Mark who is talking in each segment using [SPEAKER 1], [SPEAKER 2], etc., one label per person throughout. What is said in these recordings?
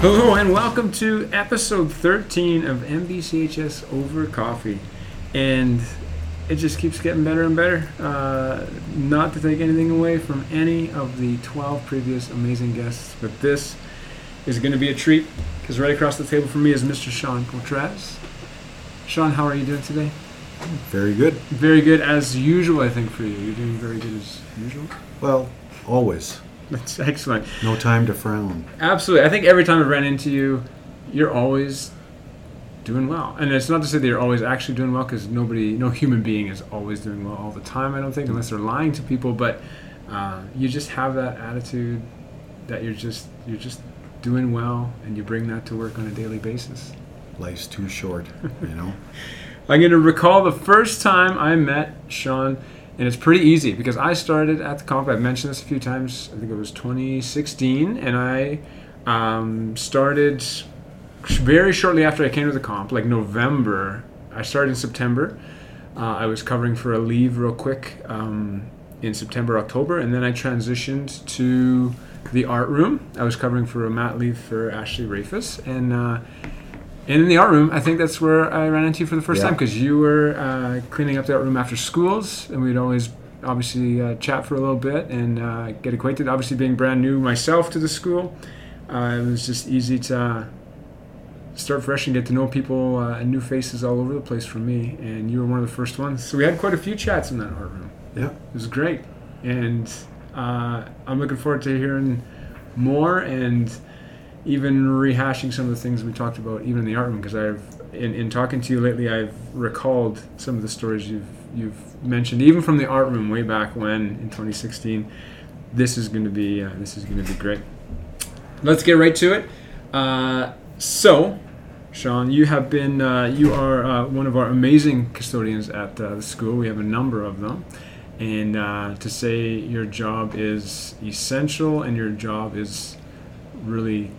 [SPEAKER 1] Hello and welcome to episode 13 of MBCHS Over Coffee. And it just keeps getting better and better. Uh, not to take anything away from any of the 12 previous amazing guests, but this is going to be a treat because right across the table from me is Mr. Sean Portraz. Sean, how are you doing today?
[SPEAKER 2] Very good.
[SPEAKER 1] Very good as usual, I think, for you. You're doing very good as usual.
[SPEAKER 2] Well, always.
[SPEAKER 1] That's excellent.
[SPEAKER 2] No time to frown.
[SPEAKER 1] Absolutely. I think every time I ran into you, you're always doing well. And it's not to say that you're always actually doing well, because nobody, no human being is always doing well all the time, I don't think, unless they're lying to people. But uh, you just have that attitude that you're just, you're just doing well and you bring that to work on a daily basis.
[SPEAKER 2] Life's too short, you know?
[SPEAKER 1] I'm going to recall the first time I met Sean, and it's pretty easy because I started at the comp. I've mentioned this a few times. I think it was 2016, and I um, started very shortly after I came to the comp, like November. I started in September. Uh, I was covering for a leave real quick um, in September, October, and then I transitioned to the art room. I was covering for a mat leave for Ashley Rafus, and uh, and in the art room, I think that's where I ran into you for the first
[SPEAKER 2] Yeah.
[SPEAKER 1] time because you were uh, cleaning up the art room after schools, and we'd always obviously uh, chat for a little bit and uh, get acquainted. Obviously, being brand new myself to the school, uh, it was just easy to uh, start fresh and get to know people uh, and new faces all over the place for me. And you were one of the first ones, so we had quite a few chats in that art room.
[SPEAKER 2] Yeah.
[SPEAKER 1] It was great, and uh, I'm looking forward to hearing more and even rehashing some of the things we talked about, even in the art room. Because I've, in, in talking to you lately, I've recalled some of the stories you've you've mentioned, even from the art room way back when in 2016. This is going to be uh, this is going to be great. Let's get right to it. Uh, so, Sean, you have been uh, you are uh, one of our amazing custodians at uh, the school. We have a number of them and uh, to say your job is essential and your job is really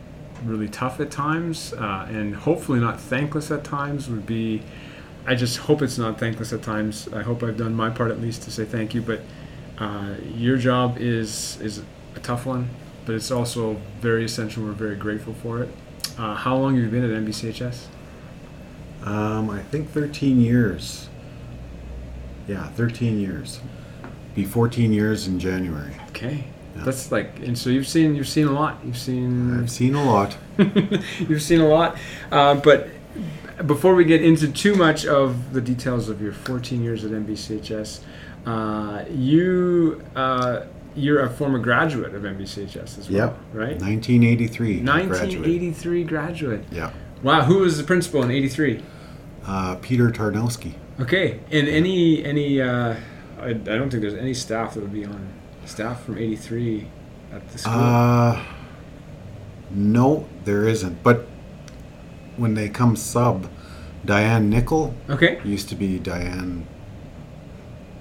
[SPEAKER 1] really tough at times uh, and hopefully not thankless at times would be i just hope it's not thankless at times i hope i've done my part at least to say thank you but uh, your job is is a tough one but it's also very essential we're very grateful for it uh, how long have you been at nbchs
[SPEAKER 2] Um, I think 13 years. Yeah, 13 years. Be 14 years in January.
[SPEAKER 1] okay
[SPEAKER 2] Yeah.
[SPEAKER 1] that's like and so you've seen you've seen a lot you've seen
[SPEAKER 2] I've seen a lot.
[SPEAKER 1] You've seen a lot, uh, but before we get into too much of the details of your 14 years at NBCHS, uh, you uh, you're a former graduate of NBCHS as well,
[SPEAKER 2] Yep.
[SPEAKER 1] right?
[SPEAKER 2] 1983. I graduated.
[SPEAKER 1] 1983 graduate.
[SPEAKER 2] Yeah.
[SPEAKER 1] Wow, who was the principal in '83?
[SPEAKER 2] Uh, Peter Tarnowski.
[SPEAKER 1] Okay, and any any uh, I, I don't think there's any staff that would be on staff from '83 at the school.
[SPEAKER 2] Uh, no, there isn't. But when they come sub, Diane Nickel
[SPEAKER 1] okay,
[SPEAKER 2] used to be Diane.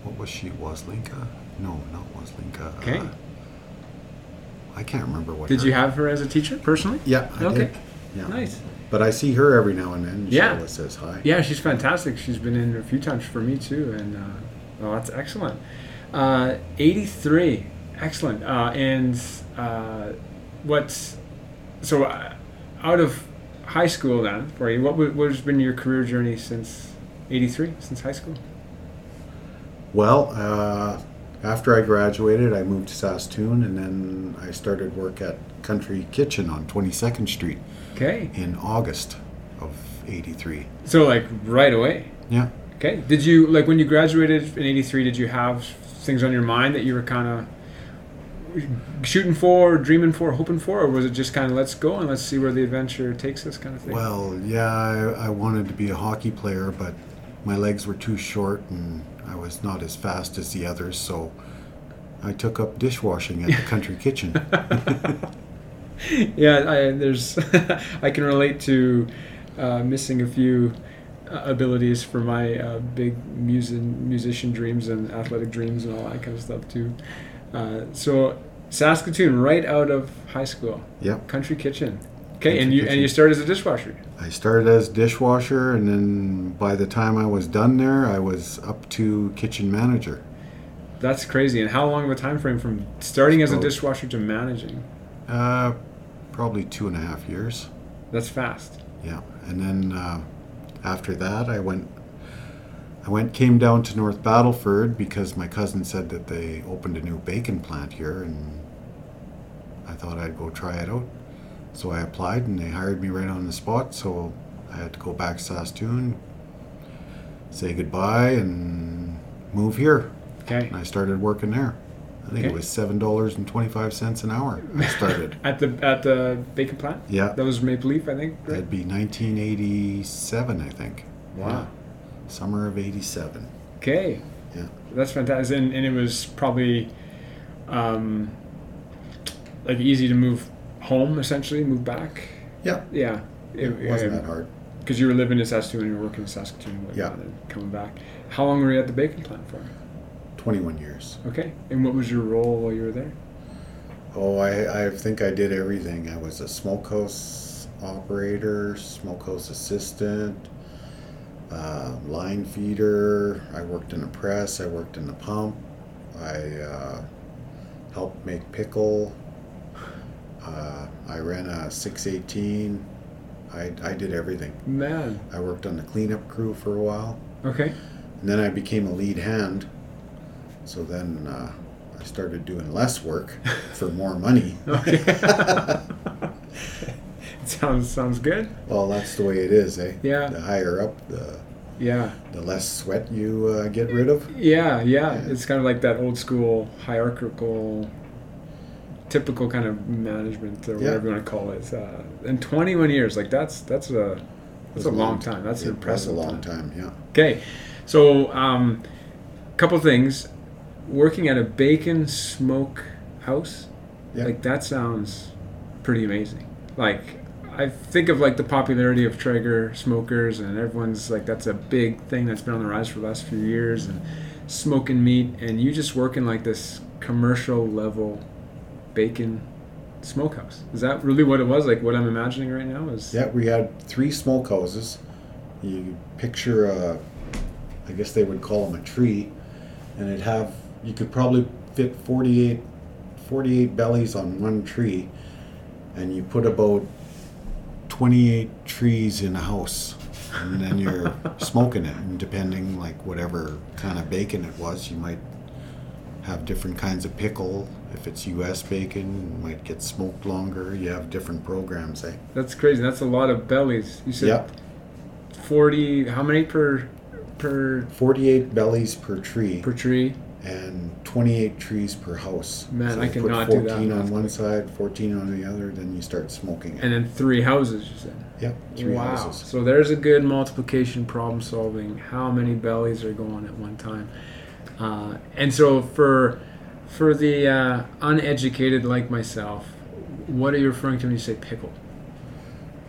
[SPEAKER 2] What was she? Waslinka? No, not Waslinka. uh,
[SPEAKER 1] Okay.
[SPEAKER 2] I can't remember what.
[SPEAKER 1] did
[SPEAKER 2] her-
[SPEAKER 1] you have her as a teacher personally?
[SPEAKER 2] Yeah, I
[SPEAKER 1] Okay.
[SPEAKER 2] did. Yeah.
[SPEAKER 1] Nice.
[SPEAKER 2] But I see her every now and then. She
[SPEAKER 1] Yeah.
[SPEAKER 2] always says hi.
[SPEAKER 1] Yeah, she's fantastic. She's been in a few times for me too, and uh, well, that's excellent. Uh, Eighty-three, excellent. Uh, and uh, what's so uh, out of high school then for you? What wa- what has been your career journey since eighty-three? Since high school?
[SPEAKER 2] Well, uh, after I graduated, I moved to Saskatoon, and then I started work at Country Kitchen on 22nd Street
[SPEAKER 1] Okay,
[SPEAKER 2] in August of '83.
[SPEAKER 1] so like right away.
[SPEAKER 2] Yeah.
[SPEAKER 1] Okay, did you like when you graduated in eighty-three? Did you have things on your mind that you were kind of shooting for, dreaming for, hoping for, or was it just kind of let's go and let's see where the adventure takes us kind of thing?
[SPEAKER 2] Well, yeah, I, I wanted to be a hockey player, but my legs were too short and I was not as fast as the others, so I took up dishwashing at the country kitchen.
[SPEAKER 1] yeah, I, there's I can relate to uh, missing a few uh, abilities for my uh, big music, musician dreams and athletic dreams and all that kind of stuff too. Uh, so Saskatoon, right out of high school,
[SPEAKER 2] Yep.
[SPEAKER 1] country kitchen. Okay,
[SPEAKER 2] Country
[SPEAKER 1] and you and
[SPEAKER 2] kitchen.
[SPEAKER 1] you started as a dishwasher.
[SPEAKER 2] I started as dishwasher, and then by the time I was done there, I was up to kitchen manager.
[SPEAKER 1] That's crazy. And how long of a time frame from starting as a
[SPEAKER 2] About-
[SPEAKER 1] dishwasher to managing?
[SPEAKER 2] Uh, probably two and a half years.
[SPEAKER 1] That's fast.
[SPEAKER 2] Yeah, and then uh, after that, I went. I went came down to North Battleford because my cousin said that they opened a new bacon plant here, and I thought I'd go try it out. So I applied, and they hired me right on the spot. So I had to go back to Saskatoon, say goodbye, and move here.
[SPEAKER 1] Okay.
[SPEAKER 2] And I started working there. I think
[SPEAKER 1] Okay.
[SPEAKER 2] it was seven dollars and twenty five cents an hour. I started.
[SPEAKER 1] At the at the bacon plant.
[SPEAKER 2] yeah,
[SPEAKER 1] That was Maple Leaf, I think. right?
[SPEAKER 2] that'd be nineteen eighty seven, I think.
[SPEAKER 1] Wow.
[SPEAKER 2] Yeah. Summer of eighty seven.
[SPEAKER 1] Okay.
[SPEAKER 2] Yeah.
[SPEAKER 1] That's fantastic, and, and it was probably, um, like easy to move home essentially, move back.
[SPEAKER 2] Yeah.
[SPEAKER 1] Yeah.
[SPEAKER 2] It wasn't that hard.
[SPEAKER 1] Because you were living in Saskatoon and you were working in Saskatoon and whatnot
[SPEAKER 2] Yeah.
[SPEAKER 1] and coming back. How long were you at the bacon plant for?
[SPEAKER 2] Twenty one years.
[SPEAKER 1] Okay. And what was your role while you were there?
[SPEAKER 2] Oh, I, I think I did everything. I was a smokehouse operator, smokehouse assistant, uh, line feeder. I worked in the press. I worked in the pump. I uh, helped make pickle. Uh, I ran a 618. I, I did everything.
[SPEAKER 1] Man.
[SPEAKER 2] I worked on the cleanup crew for a while.
[SPEAKER 1] Okay.
[SPEAKER 2] And then I became a lead hand. So then uh, I started doing less work for more money.
[SPEAKER 1] Okay. sounds sounds good.
[SPEAKER 2] Well, that's the way it is, eh?
[SPEAKER 1] Yeah.
[SPEAKER 2] The higher up, the
[SPEAKER 1] Yeah.
[SPEAKER 2] the less sweat you uh, get rid of.
[SPEAKER 1] Yeah, yeah.
[SPEAKER 2] Yeah.
[SPEAKER 1] It's kind of like that old school hierarchical, typical kind of management or
[SPEAKER 2] Yeah.
[SPEAKER 1] whatever you want to call it. Uh, and 21 years, like that's that's a that's
[SPEAKER 2] was
[SPEAKER 1] a
[SPEAKER 2] a
[SPEAKER 1] long
[SPEAKER 2] long-
[SPEAKER 1] time. That's an
[SPEAKER 2] it was a
[SPEAKER 1] impressive
[SPEAKER 2] long
[SPEAKER 1] time.
[SPEAKER 2] time, yeah.
[SPEAKER 1] Okay, so um, couple things. Working at a bacon smoke house,
[SPEAKER 2] Yeah.
[SPEAKER 1] like that sounds pretty amazing. Like I think of like the popularity of Traeger smokers, and everyone's like that's a big thing that's been on the rise for the last few years, and smoking meat, and you just work in like this commercial level bacon smokehouse. Is that really what it was? Like what I'm imagining right now is
[SPEAKER 2] Yeah, we had three smokehouses. You picture a, I guess they would call them a tree, and it'd have, you could probably fit 48, 48 bellies on one tree, and you put about 28 trees in a house. And then you're smoking it, and depending like whatever kind of bacon it was, you might have different kinds of pickle. If it's U.S. bacon, it might get smoked longer. You have different programs, eh?
[SPEAKER 1] that's crazy. That's a lot of bellies. You said.
[SPEAKER 2] Yep.
[SPEAKER 1] 40 how many per per
[SPEAKER 2] 48 bellies per tree
[SPEAKER 1] per tree
[SPEAKER 2] and 28 trees per house.
[SPEAKER 1] Man,
[SPEAKER 2] so
[SPEAKER 1] I
[SPEAKER 2] you put
[SPEAKER 1] cannot do that
[SPEAKER 2] 14 on
[SPEAKER 1] math
[SPEAKER 2] one
[SPEAKER 1] quick.
[SPEAKER 2] side, 14 on the other, then you start smoking it.
[SPEAKER 1] and then three houses you said
[SPEAKER 2] yep, three
[SPEAKER 1] wow
[SPEAKER 2] houses.
[SPEAKER 1] so there's a good multiplication problem solving how many bellies are going at one time uh, and so for for the uh, uneducated like myself what are you referring to when you say pickle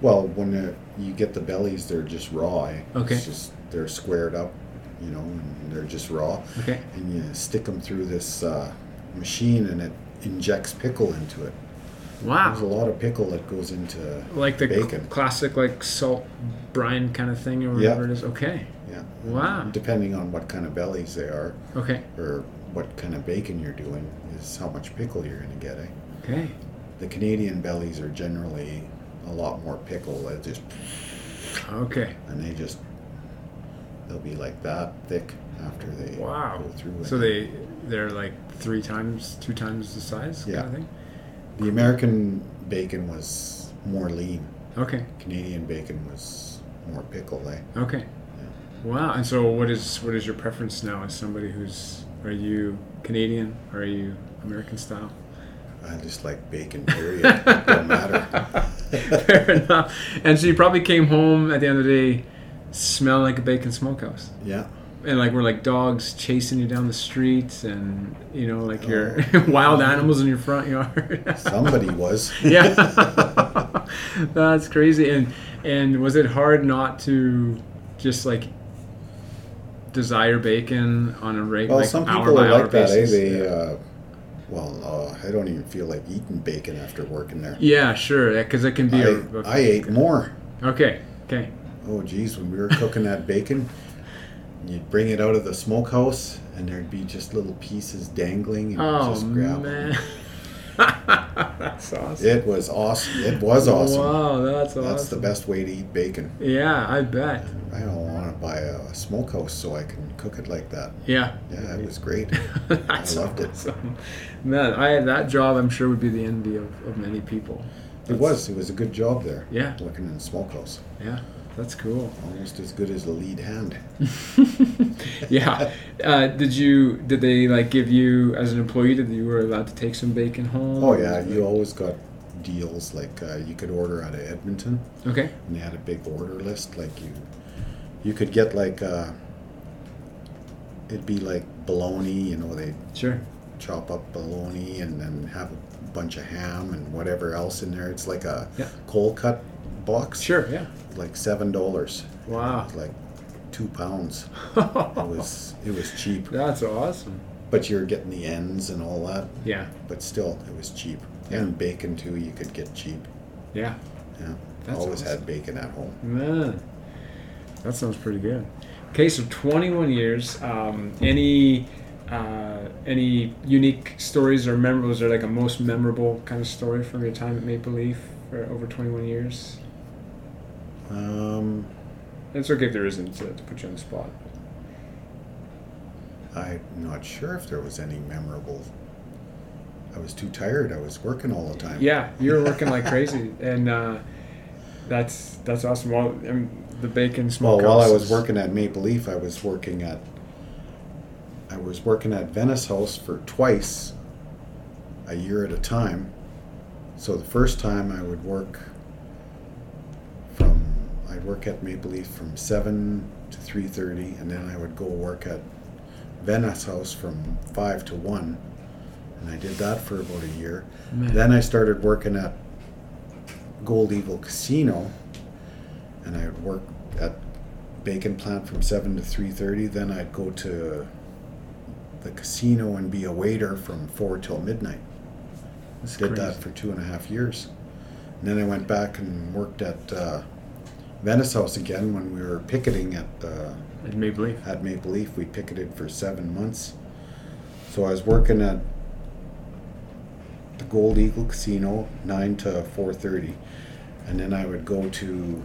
[SPEAKER 2] Well, when uh you get the bellies, they're just raw. eh?
[SPEAKER 1] Okay.
[SPEAKER 2] It's just, they're squared up, you know, and they're just raw.
[SPEAKER 1] okay
[SPEAKER 2] And you stick them through this uh, machine and it injects pickle into it. There's a
[SPEAKER 1] wow
[SPEAKER 2] lot of pickle that goes into,
[SPEAKER 1] like the cl-
[SPEAKER 2] bacon.
[SPEAKER 1] classic like salt brine kind of thing or whatever it is okay
[SPEAKER 2] yeah.
[SPEAKER 1] Wow.
[SPEAKER 2] Depending on what kind of bellies they are.
[SPEAKER 1] okay
[SPEAKER 2] or what kind of bacon you're doing is how much pickle you're going to get. Eh?
[SPEAKER 1] okay
[SPEAKER 2] The Canadian bellies are generally a lot more pickle. They just
[SPEAKER 1] okay
[SPEAKER 2] and they just they'll be like that thick after they
[SPEAKER 1] Wow.
[SPEAKER 2] go through.
[SPEAKER 1] So
[SPEAKER 2] it.
[SPEAKER 1] they they're like three times, two times the size,
[SPEAKER 2] Yeah.
[SPEAKER 1] kind of thing.
[SPEAKER 2] the American bacon was more lean.
[SPEAKER 1] Okay,
[SPEAKER 2] Canadian bacon was more pickle. Eh?
[SPEAKER 1] okay, wow. And so, what is what is your preference now? As somebody who's are you Canadian? Are you American style?
[SPEAKER 2] I just like bacon. Period. it don't matter.
[SPEAKER 1] Fair enough. And so you probably came home at the end of the day, smell like a bacon smokehouse,
[SPEAKER 2] Yeah.
[SPEAKER 1] and like we're like dogs chasing you down the streets, and you know like your
[SPEAKER 2] Oh.
[SPEAKER 1] wild animals in your front yard.
[SPEAKER 2] Somebody was.
[SPEAKER 1] yeah that's crazy and and was it hard not to just like desire bacon on a regular
[SPEAKER 2] Well,
[SPEAKER 1] like
[SPEAKER 2] some
[SPEAKER 1] hour
[SPEAKER 2] people
[SPEAKER 1] by
[SPEAKER 2] are
[SPEAKER 1] hour
[SPEAKER 2] like that. Eh?
[SPEAKER 1] basis
[SPEAKER 2] They, uh, well, uh, I don't even feel like eating bacon after working there.
[SPEAKER 1] yeah sure because it can be a
[SPEAKER 2] I, I ate more.
[SPEAKER 1] okay okay
[SPEAKER 2] Oh, geez, when we were cooking that bacon, you'd bring it out of the smokehouse, and there'd be just little pieces dangling, and you'd
[SPEAKER 1] oh
[SPEAKER 2] just grab 'em.
[SPEAKER 1] man Oh, that's awesome.
[SPEAKER 2] It was awesome. It was awesome.
[SPEAKER 1] Wow, that's awesome.
[SPEAKER 2] That's the best way to eat bacon.
[SPEAKER 1] Yeah, I bet.
[SPEAKER 2] I don't want to buy a smokehouse so I can cook it like that.
[SPEAKER 1] Yeah.
[SPEAKER 2] Yeah, it was great.
[SPEAKER 1] that's
[SPEAKER 2] I loved it.
[SPEAKER 1] awesome. Man, I that job I'm sure would be the envy of, of many people.
[SPEAKER 2] It
[SPEAKER 1] That's-
[SPEAKER 2] was. It was a good job there.
[SPEAKER 1] Yeah.
[SPEAKER 2] Working in the smokehouse,
[SPEAKER 1] Yeah, that's cool.
[SPEAKER 2] almost as good as a lead hand.
[SPEAKER 1] yeah. Uh, did you did they like give you as an employee did you were allowed to take some bacon home?
[SPEAKER 2] Oh yeah, you always got deals like uh, you could order out of Edmonton,
[SPEAKER 1] Okay.
[SPEAKER 2] and they had a big order list. Like you, you could get like uh, it'd be like bologna. You know, they
[SPEAKER 1] Sure.
[SPEAKER 2] chop up bologna and then have a bunch of ham and whatever else in there. It's like a
[SPEAKER 1] Yeah.
[SPEAKER 2] cold cut box.
[SPEAKER 1] Sure. Ah. Yeah.
[SPEAKER 2] Like seven dollars.
[SPEAKER 1] Wow.
[SPEAKER 2] Like two pounds.
[SPEAKER 1] Oh.
[SPEAKER 2] It was it was cheap.
[SPEAKER 1] that's awesome.
[SPEAKER 2] But you're getting the ends and all that.
[SPEAKER 1] Yeah.
[SPEAKER 2] But still, it was cheap. And bacon too, you could get cheap.
[SPEAKER 1] Yeah.
[SPEAKER 2] Yeah.
[SPEAKER 1] That's
[SPEAKER 2] Always
[SPEAKER 1] awesome.
[SPEAKER 2] had bacon at home.
[SPEAKER 1] Man, that sounds pretty good. Okay, so 21 years. Um, any uh, any unique stories or memorables or like a most memorable kind of story from your time at Maple Leaf for over 21 years?
[SPEAKER 2] Um,
[SPEAKER 1] It's okay if there isn't to, to put you on the spot.
[SPEAKER 2] I'm not sure if there was any memorable. I was too tired. I was working all the time.
[SPEAKER 1] Yeah, you were working like crazy, and uh, that's that's awesome. Well, um, the bacon
[SPEAKER 2] Well,
[SPEAKER 1] smoke.
[SPEAKER 2] while I was working at Maple Leaf, I was working at I was working at Venice House for twice a year at a time. So the first time I would work from I'd work at Maple Leaf from seven to three thirty, and then I would go work at Venice House from five to one, and I did that for about a year. Then I started working at Gold Eagle Casino, and I would work at Bacon Plant from seven to three thirty. Then I'd go to the casino and be a waiter from four till midnight.
[SPEAKER 1] That's
[SPEAKER 2] Did
[SPEAKER 1] crazy.
[SPEAKER 2] that for two and a half years, and then I went back and worked at uh, Venice House again when we were picketing at. Uh,
[SPEAKER 1] at Maple Leaf.
[SPEAKER 2] at Maple Leaf. We picketed for seven months. So I was working at the Gold Eagle Casino nine to four thirty, and then I would go to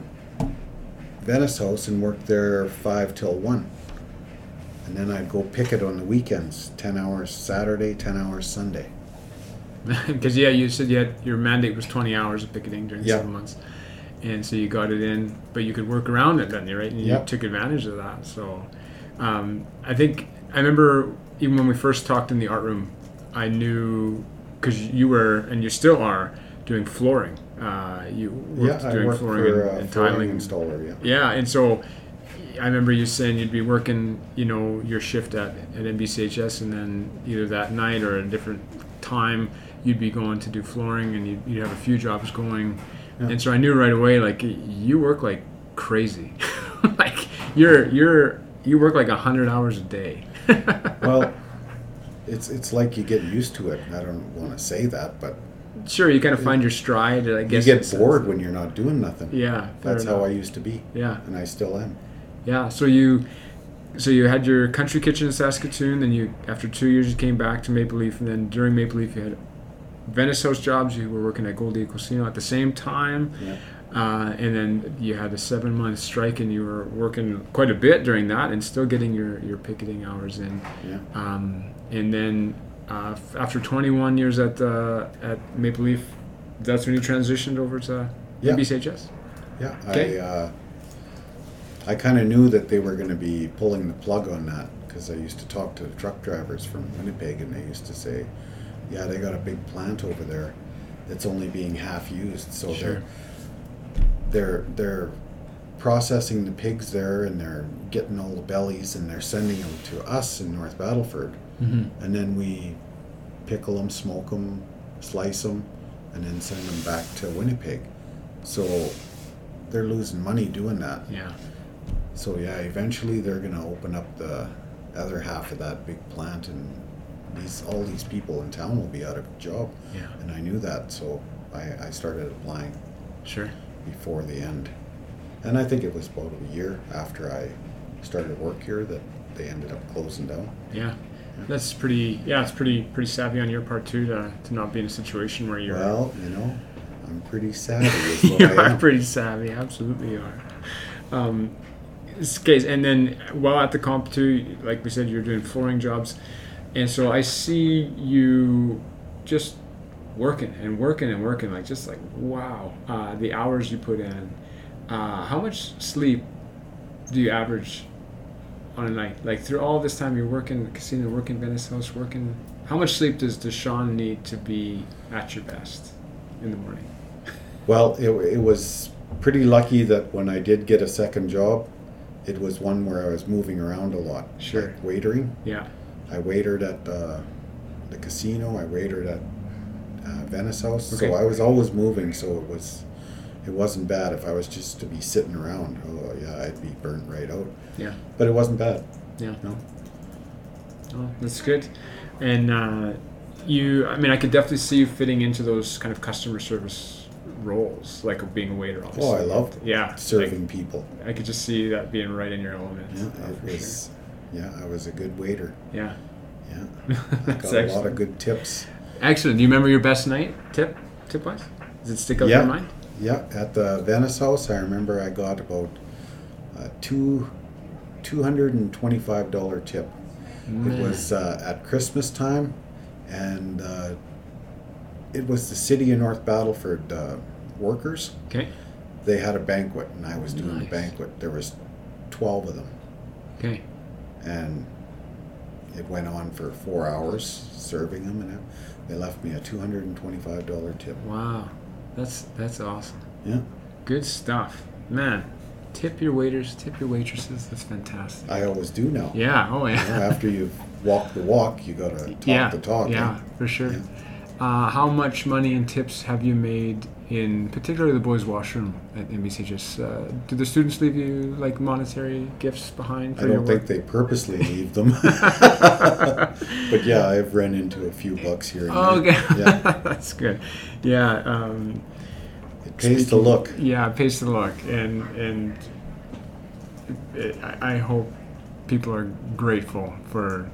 [SPEAKER 2] Venice House and work there five till one. And then I'd go picket on the weekends, ten hours Saturday, ten hours Sunday.
[SPEAKER 1] Because yeah, you said you had, your mandate was 20 hours of picketing during
[SPEAKER 2] Yeah.
[SPEAKER 1] seven months, and so you got it in, but you could work around it then, right? And you
[SPEAKER 2] Yeah.
[SPEAKER 1] took advantage of that. So, um, I think I remember even when we first talked in the art room, I knew because you were and you still are doing flooring. Uh, you worked
[SPEAKER 2] yeah, I
[SPEAKER 1] doing
[SPEAKER 2] worked
[SPEAKER 1] flooring
[SPEAKER 2] for
[SPEAKER 1] and,
[SPEAKER 2] uh,
[SPEAKER 1] and tiling.
[SPEAKER 2] flooring installer. Yeah.
[SPEAKER 1] Yeah, and so I remember you saying you'd be working, you know, your shift at, at NBCHS, and then either that night or a different time, you'd be going to do flooring, and you'd, you'd have a few jobs going.
[SPEAKER 2] Yeah.
[SPEAKER 1] And so I knew right away, like y- you work like crazy, like you're you're you work like hundred hours a day.
[SPEAKER 2] Well, it's it's like you get used to it. I don't want to say that, but
[SPEAKER 1] sure, you kind of find your stride. I
[SPEAKER 2] you
[SPEAKER 1] guess in a
[SPEAKER 2] get
[SPEAKER 1] sense.
[SPEAKER 2] bored when you're not doing nothing.
[SPEAKER 1] Yeah, fair
[SPEAKER 2] That's
[SPEAKER 1] enough.
[SPEAKER 2] how I used to be,
[SPEAKER 1] yeah.
[SPEAKER 2] and I still am.
[SPEAKER 1] Yeah, so you so you had your country kitchen in Saskatoon, then you after two years you came back to Maple Leaf, and then during Maple Leaf you had Venice House jobs. You were working at Goldie Casino at the same time,
[SPEAKER 2] Yeah.
[SPEAKER 1] uh, and then you had a seven month strike, and you were working quite a bit during that, and still getting your your picketing hours in.
[SPEAKER 2] Yeah.
[SPEAKER 1] Um, and then uh, f- after 21 years at uh, at Maple Leaf, that's when you transitioned over to
[SPEAKER 2] Yeah.
[SPEAKER 1] NBCHS.
[SPEAKER 2] Yeah.
[SPEAKER 1] Okay.
[SPEAKER 2] I uh, I kind of knew that they were going to be pulling the plug on that because I used to talk to truck drivers from Winnipeg, and they used to say, "Yeah, they got a big plant over there that's only being half used, so
[SPEAKER 1] Sure.
[SPEAKER 2] they're they're they're processing the pigs there, and they're getting all the bellies, and they're sending them to us in North Battleford."
[SPEAKER 1] Mm-hmm.
[SPEAKER 2] and then we pickle them, smoke them, slice them, and then send them back to Winnipeg. So they're losing money doing that.
[SPEAKER 1] Yeah.
[SPEAKER 2] So yeah, eventually they're gonna open up the other half of that big plant, and these all these people in town will be out of a job.
[SPEAKER 1] Yeah.
[SPEAKER 2] And I knew that, so I, I started applying
[SPEAKER 1] Sure.
[SPEAKER 2] before the end. And I think it was about a year after I started work here that they ended up closing down.
[SPEAKER 1] Yeah. That's pretty. Yeah, it's pretty pretty savvy on your part too to, to not be in a situation where you're.
[SPEAKER 2] Well, you know, I'm pretty savvy. is what
[SPEAKER 1] you
[SPEAKER 2] I
[SPEAKER 1] are
[SPEAKER 2] am.
[SPEAKER 1] pretty savvy. Absolutely, you are. Um, this case, and then while at the comp too, like we said, you're doing flooring jobs, and so I see you just working and working and working, like just like wow, uh, the hours you put in. Uh, how much sleep do you average on a night? Like through all this time, you're working the casino, working Venice House, working. How much sleep does Deshaun need to be at your best in the morning?
[SPEAKER 2] Well, it, it was pretty lucky that when I did get a second job, it was one where I was moving around a lot.
[SPEAKER 1] Sure.
[SPEAKER 2] Like waitering.
[SPEAKER 1] Yeah.
[SPEAKER 2] I waitered at uh, the casino. I waitered at uh, Venice House.
[SPEAKER 1] Okay.
[SPEAKER 2] So I was always moving. So it was, it wasn't bad. If I was just to be sitting around, oh yeah, I'd be burnt right out.
[SPEAKER 1] Yeah.
[SPEAKER 2] But it wasn't bad.
[SPEAKER 1] Yeah.
[SPEAKER 2] No.
[SPEAKER 1] Oh, that's good. And uh, you, I mean, I could definitely see you fitting into those kind of customer service roles, like of being a waiter. Obviously.
[SPEAKER 2] Oh, I loved
[SPEAKER 1] Yeah.
[SPEAKER 2] serving people.
[SPEAKER 1] Like, I could just see that being right in your element.
[SPEAKER 2] Yeah,
[SPEAKER 1] uh,
[SPEAKER 2] it
[SPEAKER 1] for
[SPEAKER 2] was. Yeah, I was a good waiter.
[SPEAKER 1] sure. Yeah.
[SPEAKER 2] Yeah, I
[SPEAKER 1] that's
[SPEAKER 2] got
[SPEAKER 1] excellent.
[SPEAKER 2] a lot of good tips.
[SPEAKER 1] excellent. Do you remember your best night tip? Tip wise, does it stick out
[SPEAKER 2] Yeah.
[SPEAKER 1] in your mind?
[SPEAKER 2] Yeah, at the Venice House, I remember I got about uh, two two hundred and twenty five dollar tip. It
[SPEAKER 1] Man.
[SPEAKER 2] was uh, at Christmas time, and uh, it was the city of North Battleford uh, workers.
[SPEAKER 1] okay.
[SPEAKER 2] They had a banquet, and I was doing the
[SPEAKER 1] Nice.
[SPEAKER 2] banquet. There was twelve of them,
[SPEAKER 1] Okay.
[SPEAKER 2] and it went on for four hours serving them, and I- they left me a two hundred and twenty five dollar tip.
[SPEAKER 1] Wow, that's that's awesome.
[SPEAKER 2] Yeah.
[SPEAKER 1] Good stuff, man. Tip your waiters, tip your waitresses. That's fantastic.
[SPEAKER 2] I always do now.
[SPEAKER 1] Yeah. Oh yeah.
[SPEAKER 2] You know, after you've walked the walk, you gotta talk
[SPEAKER 1] yeah,
[SPEAKER 2] the talk.
[SPEAKER 1] Yeah,
[SPEAKER 2] eh?
[SPEAKER 1] for sure.
[SPEAKER 2] Yeah.
[SPEAKER 1] Uh, how much money and tips have you made in particularly the boys' washroom at NBCHS? Uh, do the students leave you like monetary gifts behind for
[SPEAKER 2] I
[SPEAKER 1] your
[SPEAKER 2] don't
[SPEAKER 1] work?
[SPEAKER 2] think they purposely leave them. but yeah, I've run into a few bucks here and
[SPEAKER 1] Oh,
[SPEAKER 2] there.
[SPEAKER 1] okay,
[SPEAKER 2] Yeah,
[SPEAKER 1] that's good. Yeah, um,
[SPEAKER 2] it pays to look.
[SPEAKER 1] yeah, it pays to look, and and it, I I hope people are grateful for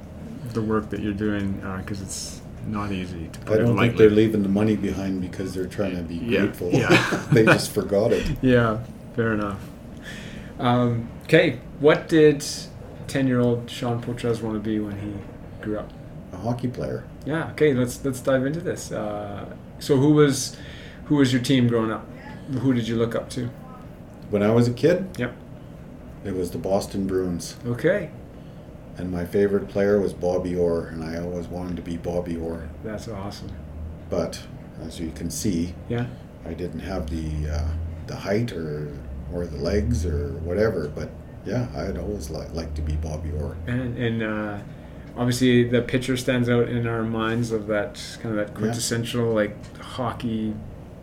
[SPEAKER 1] the work that you're doing because it's not easy to put
[SPEAKER 2] I
[SPEAKER 1] it
[SPEAKER 2] don't think
[SPEAKER 1] lightly.
[SPEAKER 2] they're leaving the money behind because they're trying to be
[SPEAKER 1] Yeah,
[SPEAKER 2] grateful.
[SPEAKER 1] yeah.
[SPEAKER 2] they just forgot it.
[SPEAKER 1] Yeah, fair enough. Um, okay, what did 10 year old Sean Potras want to be when he grew up?
[SPEAKER 2] A hockey player.
[SPEAKER 1] Yeah, okay, let's let's dive into this. Uh, so who was who was your team growing up? Who did you look up to?
[SPEAKER 2] When I was a kid,
[SPEAKER 1] Yep.
[SPEAKER 2] it was the Boston Bruins,
[SPEAKER 1] Okay,
[SPEAKER 2] and my favorite player was Bobby Orr, and I always wanted to be Bobby Orr.
[SPEAKER 1] that's awesome.
[SPEAKER 2] But as you can see,
[SPEAKER 1] Yeah,
[SPEAKER 2] I didn't have the uh, the height or or the legs or whatever, but yeah, I'd always li- like to be Bobby Orr.
[SPEAKER 1] and and uh, obviously the picture stands out in our minds of that kind of that quintessential like hockey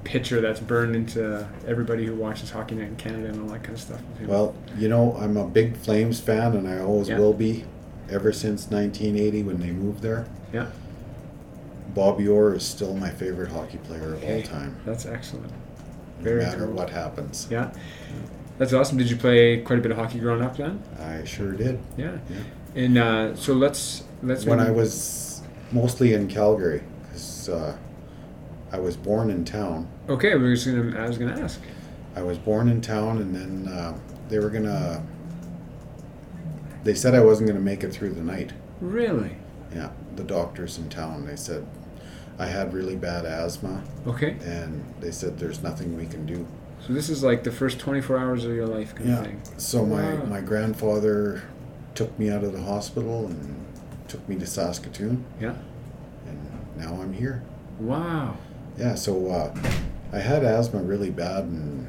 [SPEAKER 1] picture that's burned into everybody who watches hockey night in Canada and all that kind of stuff.
[SPEAKER 2] Well, you know, I'm a big Flames fan, and I always
[SPEAKER 1] Yeah.
[SPEAKER 2] will be. Ever since 1980, when they moved there,
[SPEAKER 1] yeah.
[SPEAKER 2] Bobby Orr is still my favorite hockey player of all
[SPEAKER 1] Okay.
[SPEAKER 2] time,
[SPEAKER 1] That's excellent.
[SPEAKER 2] no
[SPEAKER 1] Very
[SPEAKER 2] matter
[SPEAKER 1] cool.
[SPEAKER 2] what happens.
[SPEAKER 1] Yeah. That's awesome. Did you play quite a bit of hockey growing up then?
[SPEAKER 2] I sure did.
[SPEAKER 1] Yeah. And uh, so let's let's
[SPEAKER 2] When
[SPEAKER 1] maybe-
[SPEAKER 2] I was mostly in Calgary, because uh, I was born in town.
[SPEAKER 1] okay. We were just gonna. I was gonna ask.
[SPEAKER 2] I was born in town, and then uh, they were gonna. They said I wasn't gonna make it through the night.
[SPEAKER 1] Really?
[SPEAKER 2] Yeah, the doctors in town. They said I had really bad asthma,
[SPEAKER 1] Okay.
[SPEAKER 2] and they said there's nothing we can do.
[SPEAKER 1] So this is like the first 24 hours of your life kind of
[SPEAKER 2] Yeah.
[SPEAKER 1] thing.
[SPEAKER 2] So my
[SPEAKER 1] Wow.
[SPEAKER 2] my grandfather took me out of the hospital and took me to Saskatoon,
[SPEAKER 1] Yeah.
[SPEAKER 2] and now I'm here.
[SPEAKER 1] Wow.
[SPEAKER 2] Yeah, so uh, I had asthma really bad, and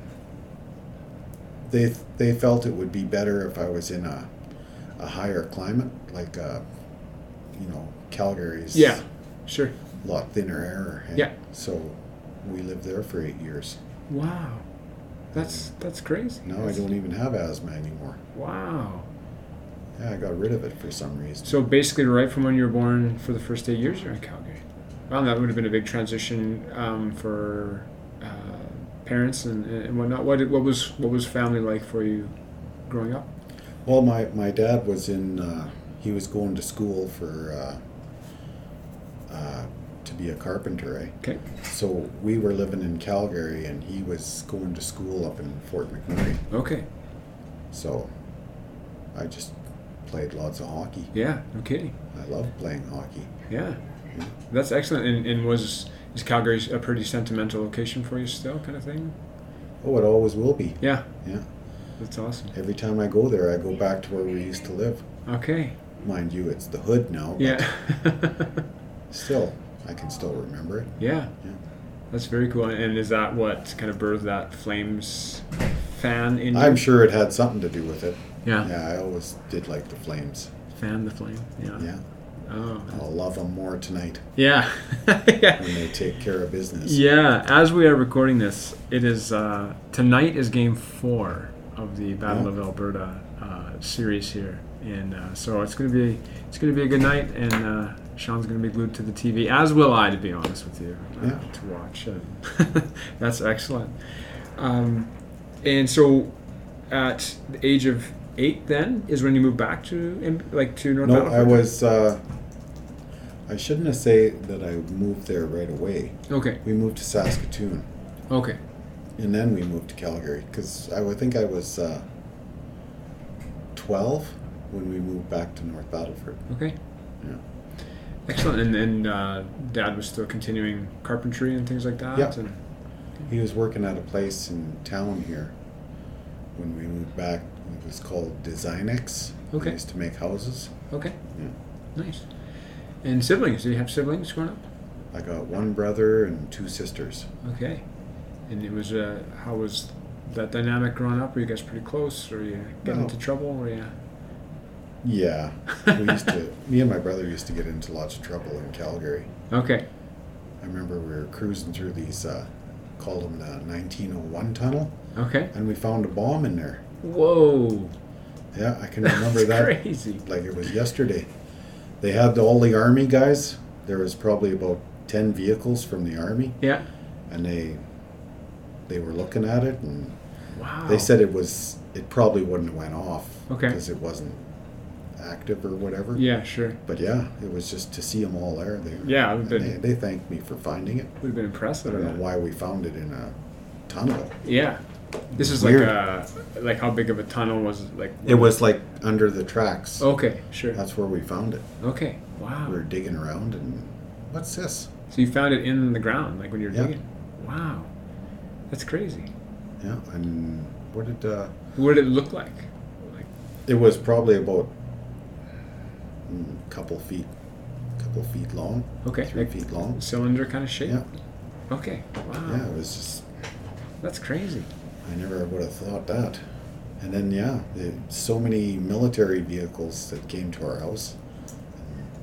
[SPEAKER 2] they they felt it would be better if I was in a a higher climate, like uh, you know Calgary's
[SPEAKER 1] Yeah. Sure.
[SPEAKER 2] a lot thinner air. and
[SPEAKER 1] Yeah.
[SPEAKER 2] So we lived there for eight years.
[SPEAKER 1] Wow. That's that's crazy.
[SPEAKER 2] Now I
[SPEAKER 1] That's-
[SPEAKER 2] don't even have asthma anymore.
[SPEAKER 1] Wow.
[SPEAKER 2] Yeah, I got rid of it for some reason.
[SPEAKER 1] So basically, right from when you were born for the first eight years, you're in Calgary. Wow, that would have been a big transition um, for uh, parents and, and whatnot. What, what was what was family like for you growing up?
[SPEAKER 2] Well, my, my dad was in uh, he was going to school for uh, uh, to be a carpenter, eh?
[SPEAKER 1] Okay.
[SPEAKER 2] So we were living in Calgary, and he was going to school up in Fort McMurray.
[SPEAKER 1] Okay.
[SPEAKER 2] So I just played lots of hockey.
[SPEAKER 1] Yeah. No kidding.
[SPEAKER 2] I love playing hockey.
[SPEAKER 1] Yeah. That's excellent. And, and was is Calgary a pretty sentimental location for you still, kind of thing?
[SPEAKER 2] Oh, it always will be.
[SPEAKER 1] Yeah.
[SPEAKER 2] Yeah.
[SPEAKER 1] That's awesome.
[SPEAKER 2] Every time I go there, I go back to where we used to live.
[SPEAKER 1] Okay.
[SPEAKER 2] Mind you, it's the hood now. but
[SPEAKER 1] Yeah.
[SPEAKER 2] Still, I can still remember it.
[SPEAKER 1] yeah.
[SPEAKER 2] Yeah.
[SPEAKER 1] That's very cool. And is that what kind of birthed that Flames fan in you?
[SPEAKER 2] I'm sure it had something to do with it.
[SPEAKER 1] Yeah.
[SPEAKER 2] Yeah, I always did like the Flames.
[SPEAKER 1] Fan the flame. Yeah.
[SPEAKER 2] Yeah.
[SPEAKER 1] Oh.
[SPEAKER 2] I'll love them more tonight
[SPEAKER 1] Yeah. yeah.
[SPEAKER 2] when they take care of business.
[SPEAKER 1] Yeah, as we are recording this, it is uh, tonight is game four of the Battle
[SPEAKER 2] Yeah.
[SPEAKER 1] of Alberta uh, series here, and uh, so it's gonna be it's gonna be a good night, and uh, Sean's gonna be glued to the TV, as will I, to be honest with you, uh,
[SPEAKER 2] Yeah.
[SPEAKER 1] to watch. And that's excellent. Um, and so, at the age of eight, then is when you moved back to Im- like to North.
[SPEAKER 2] No, I
[SPEAKER 1] Battleford?
[SPEAKER 2] was. Uh, I shouldn't have said that I moved there right away.
[SPEAKER 1] Okay.
[SPEAKER 2] We moved to Saskatoon,
[SPEAKER 1] Okay.
[SPEAKER 2] and then we moved to Calgary because I would think I was uh, twelve when we moved back to North Battleford.
[SPEAKER 1] Okay.
[SPEAKER 2] Yeah.
[SPEAKER 1] Excellent. And and uh, Dad was still continuing carpentry and things like that.
[SPEAKER 2] Yeah.
[SPEAKER 1] And,
[SPEAKER 2] He was working at a place in town here when we moved back. It was called Designex.
[SPEAKER 1] Okay.
[SPEAKER 2] They used to make houses.
[SPEAKER 1] okay.
[SPEAKER 2] Yeah.
[SPEAKER 1] Nice. And siblings? Do you have siblings growing up?
[SPEAKER 2] I got one brother and two sisters.
[SPEAKER 1] Okay. And it was uh, how was that dynamic growing up? Were you guys pretty close? Were you getting
[SPEAKER 2] No.
[SPEAKER 1] into trouble? Were you?
[SPEAKER 2] Yeah. We used to. Me and my brother used to get into lots of trouble in Calgary.
[SPEAKER 1] Okay.
[SPEAKER 2] I remember we were cruising through these, uh, called them the 1901 tunnel,
[SPEAKER 1] Okay.
[SPEAKER 2] and we found a bomb in there.
[SPEAKER 1] Whoa.
[SPEAKER 2] Yeah, I can remember
[SPEAKER 1] That's
[SPEAKER 2] that
[SPEAKER 1] Crazy.
[SPEAKER 2] like it was yesterday. They had all the army guys. There was probably about 10 vehicles from the army,
[SPEAKER 1] Yeah.
[SPEAKER 2] and they they were looking at it, and
[SPEAKER 1] Wow.
[SPEAKER 2] they said it was it probably wouldn't have went off
[SPEAKER 1] Okay.
[SPEAKER 2] because it wasn't active or whatever.
[SPEAKER 1] Yeah. Sure.
[SPEAKER 2] But yeah, it was just to see them all there. They,
[SPEAKER 1] Yeah.
[SPEAKER 2] and
[SPEAKER 1] Would have
[SPEAKER 2] they,
[SPEAKER 1] been
[SPEAKER 2] they thanked me for finding it.
[SPEAKER 1] would have been
[SPEAKER 2] I
[SPEAKER 1] impressive.
[SPEAKER 2] don't
[SPEAKER 1] yeah.
[SPEAKER 2] know why we found it in a tunnel.
[SPEAKER 1] Yeah. This is
[SPEAKER 2] Weird.
[SPEAKER 1] like a like how big of a tunnel was it? like
[SPEAKER 2] It was like under the tracks.
[SPEAKER 1] Okay, sure.
[SPEAKER 2] That's where we found it.
[SPEAKER 1] Okay. Wow.
[SPEAKER 2] We were digging around and what's this?
[SPEAKER 1] So you found it in the ground, like when you're
[SPEAKER 2] Yeah.
[SPEAKER 1] digging. Wow, that's crazy.
[SPEAKER 2] Yeah, and what did uh
[SPEAKER 1] What did it look like? Like
[SPEAKER 2] it was probably about a couple feet couple feet long.
[SPEAKER 1] okay,
[SPEAKER 2] Three
[SPEAKER 1] like
[SPEAKER 2] feet long.
[SPEAKER 1] cylinder kind of shape.
[SPEAKER 2] Yeah.
[SPEAKER 1] Okay. Wow,
[SPEAKER 2] Yeah, it was just
[SPEAKER 1] that's crazy.
[SPEAKER 2] I never would have thought that. And then yeah, the, so many military vehicles that came to our house.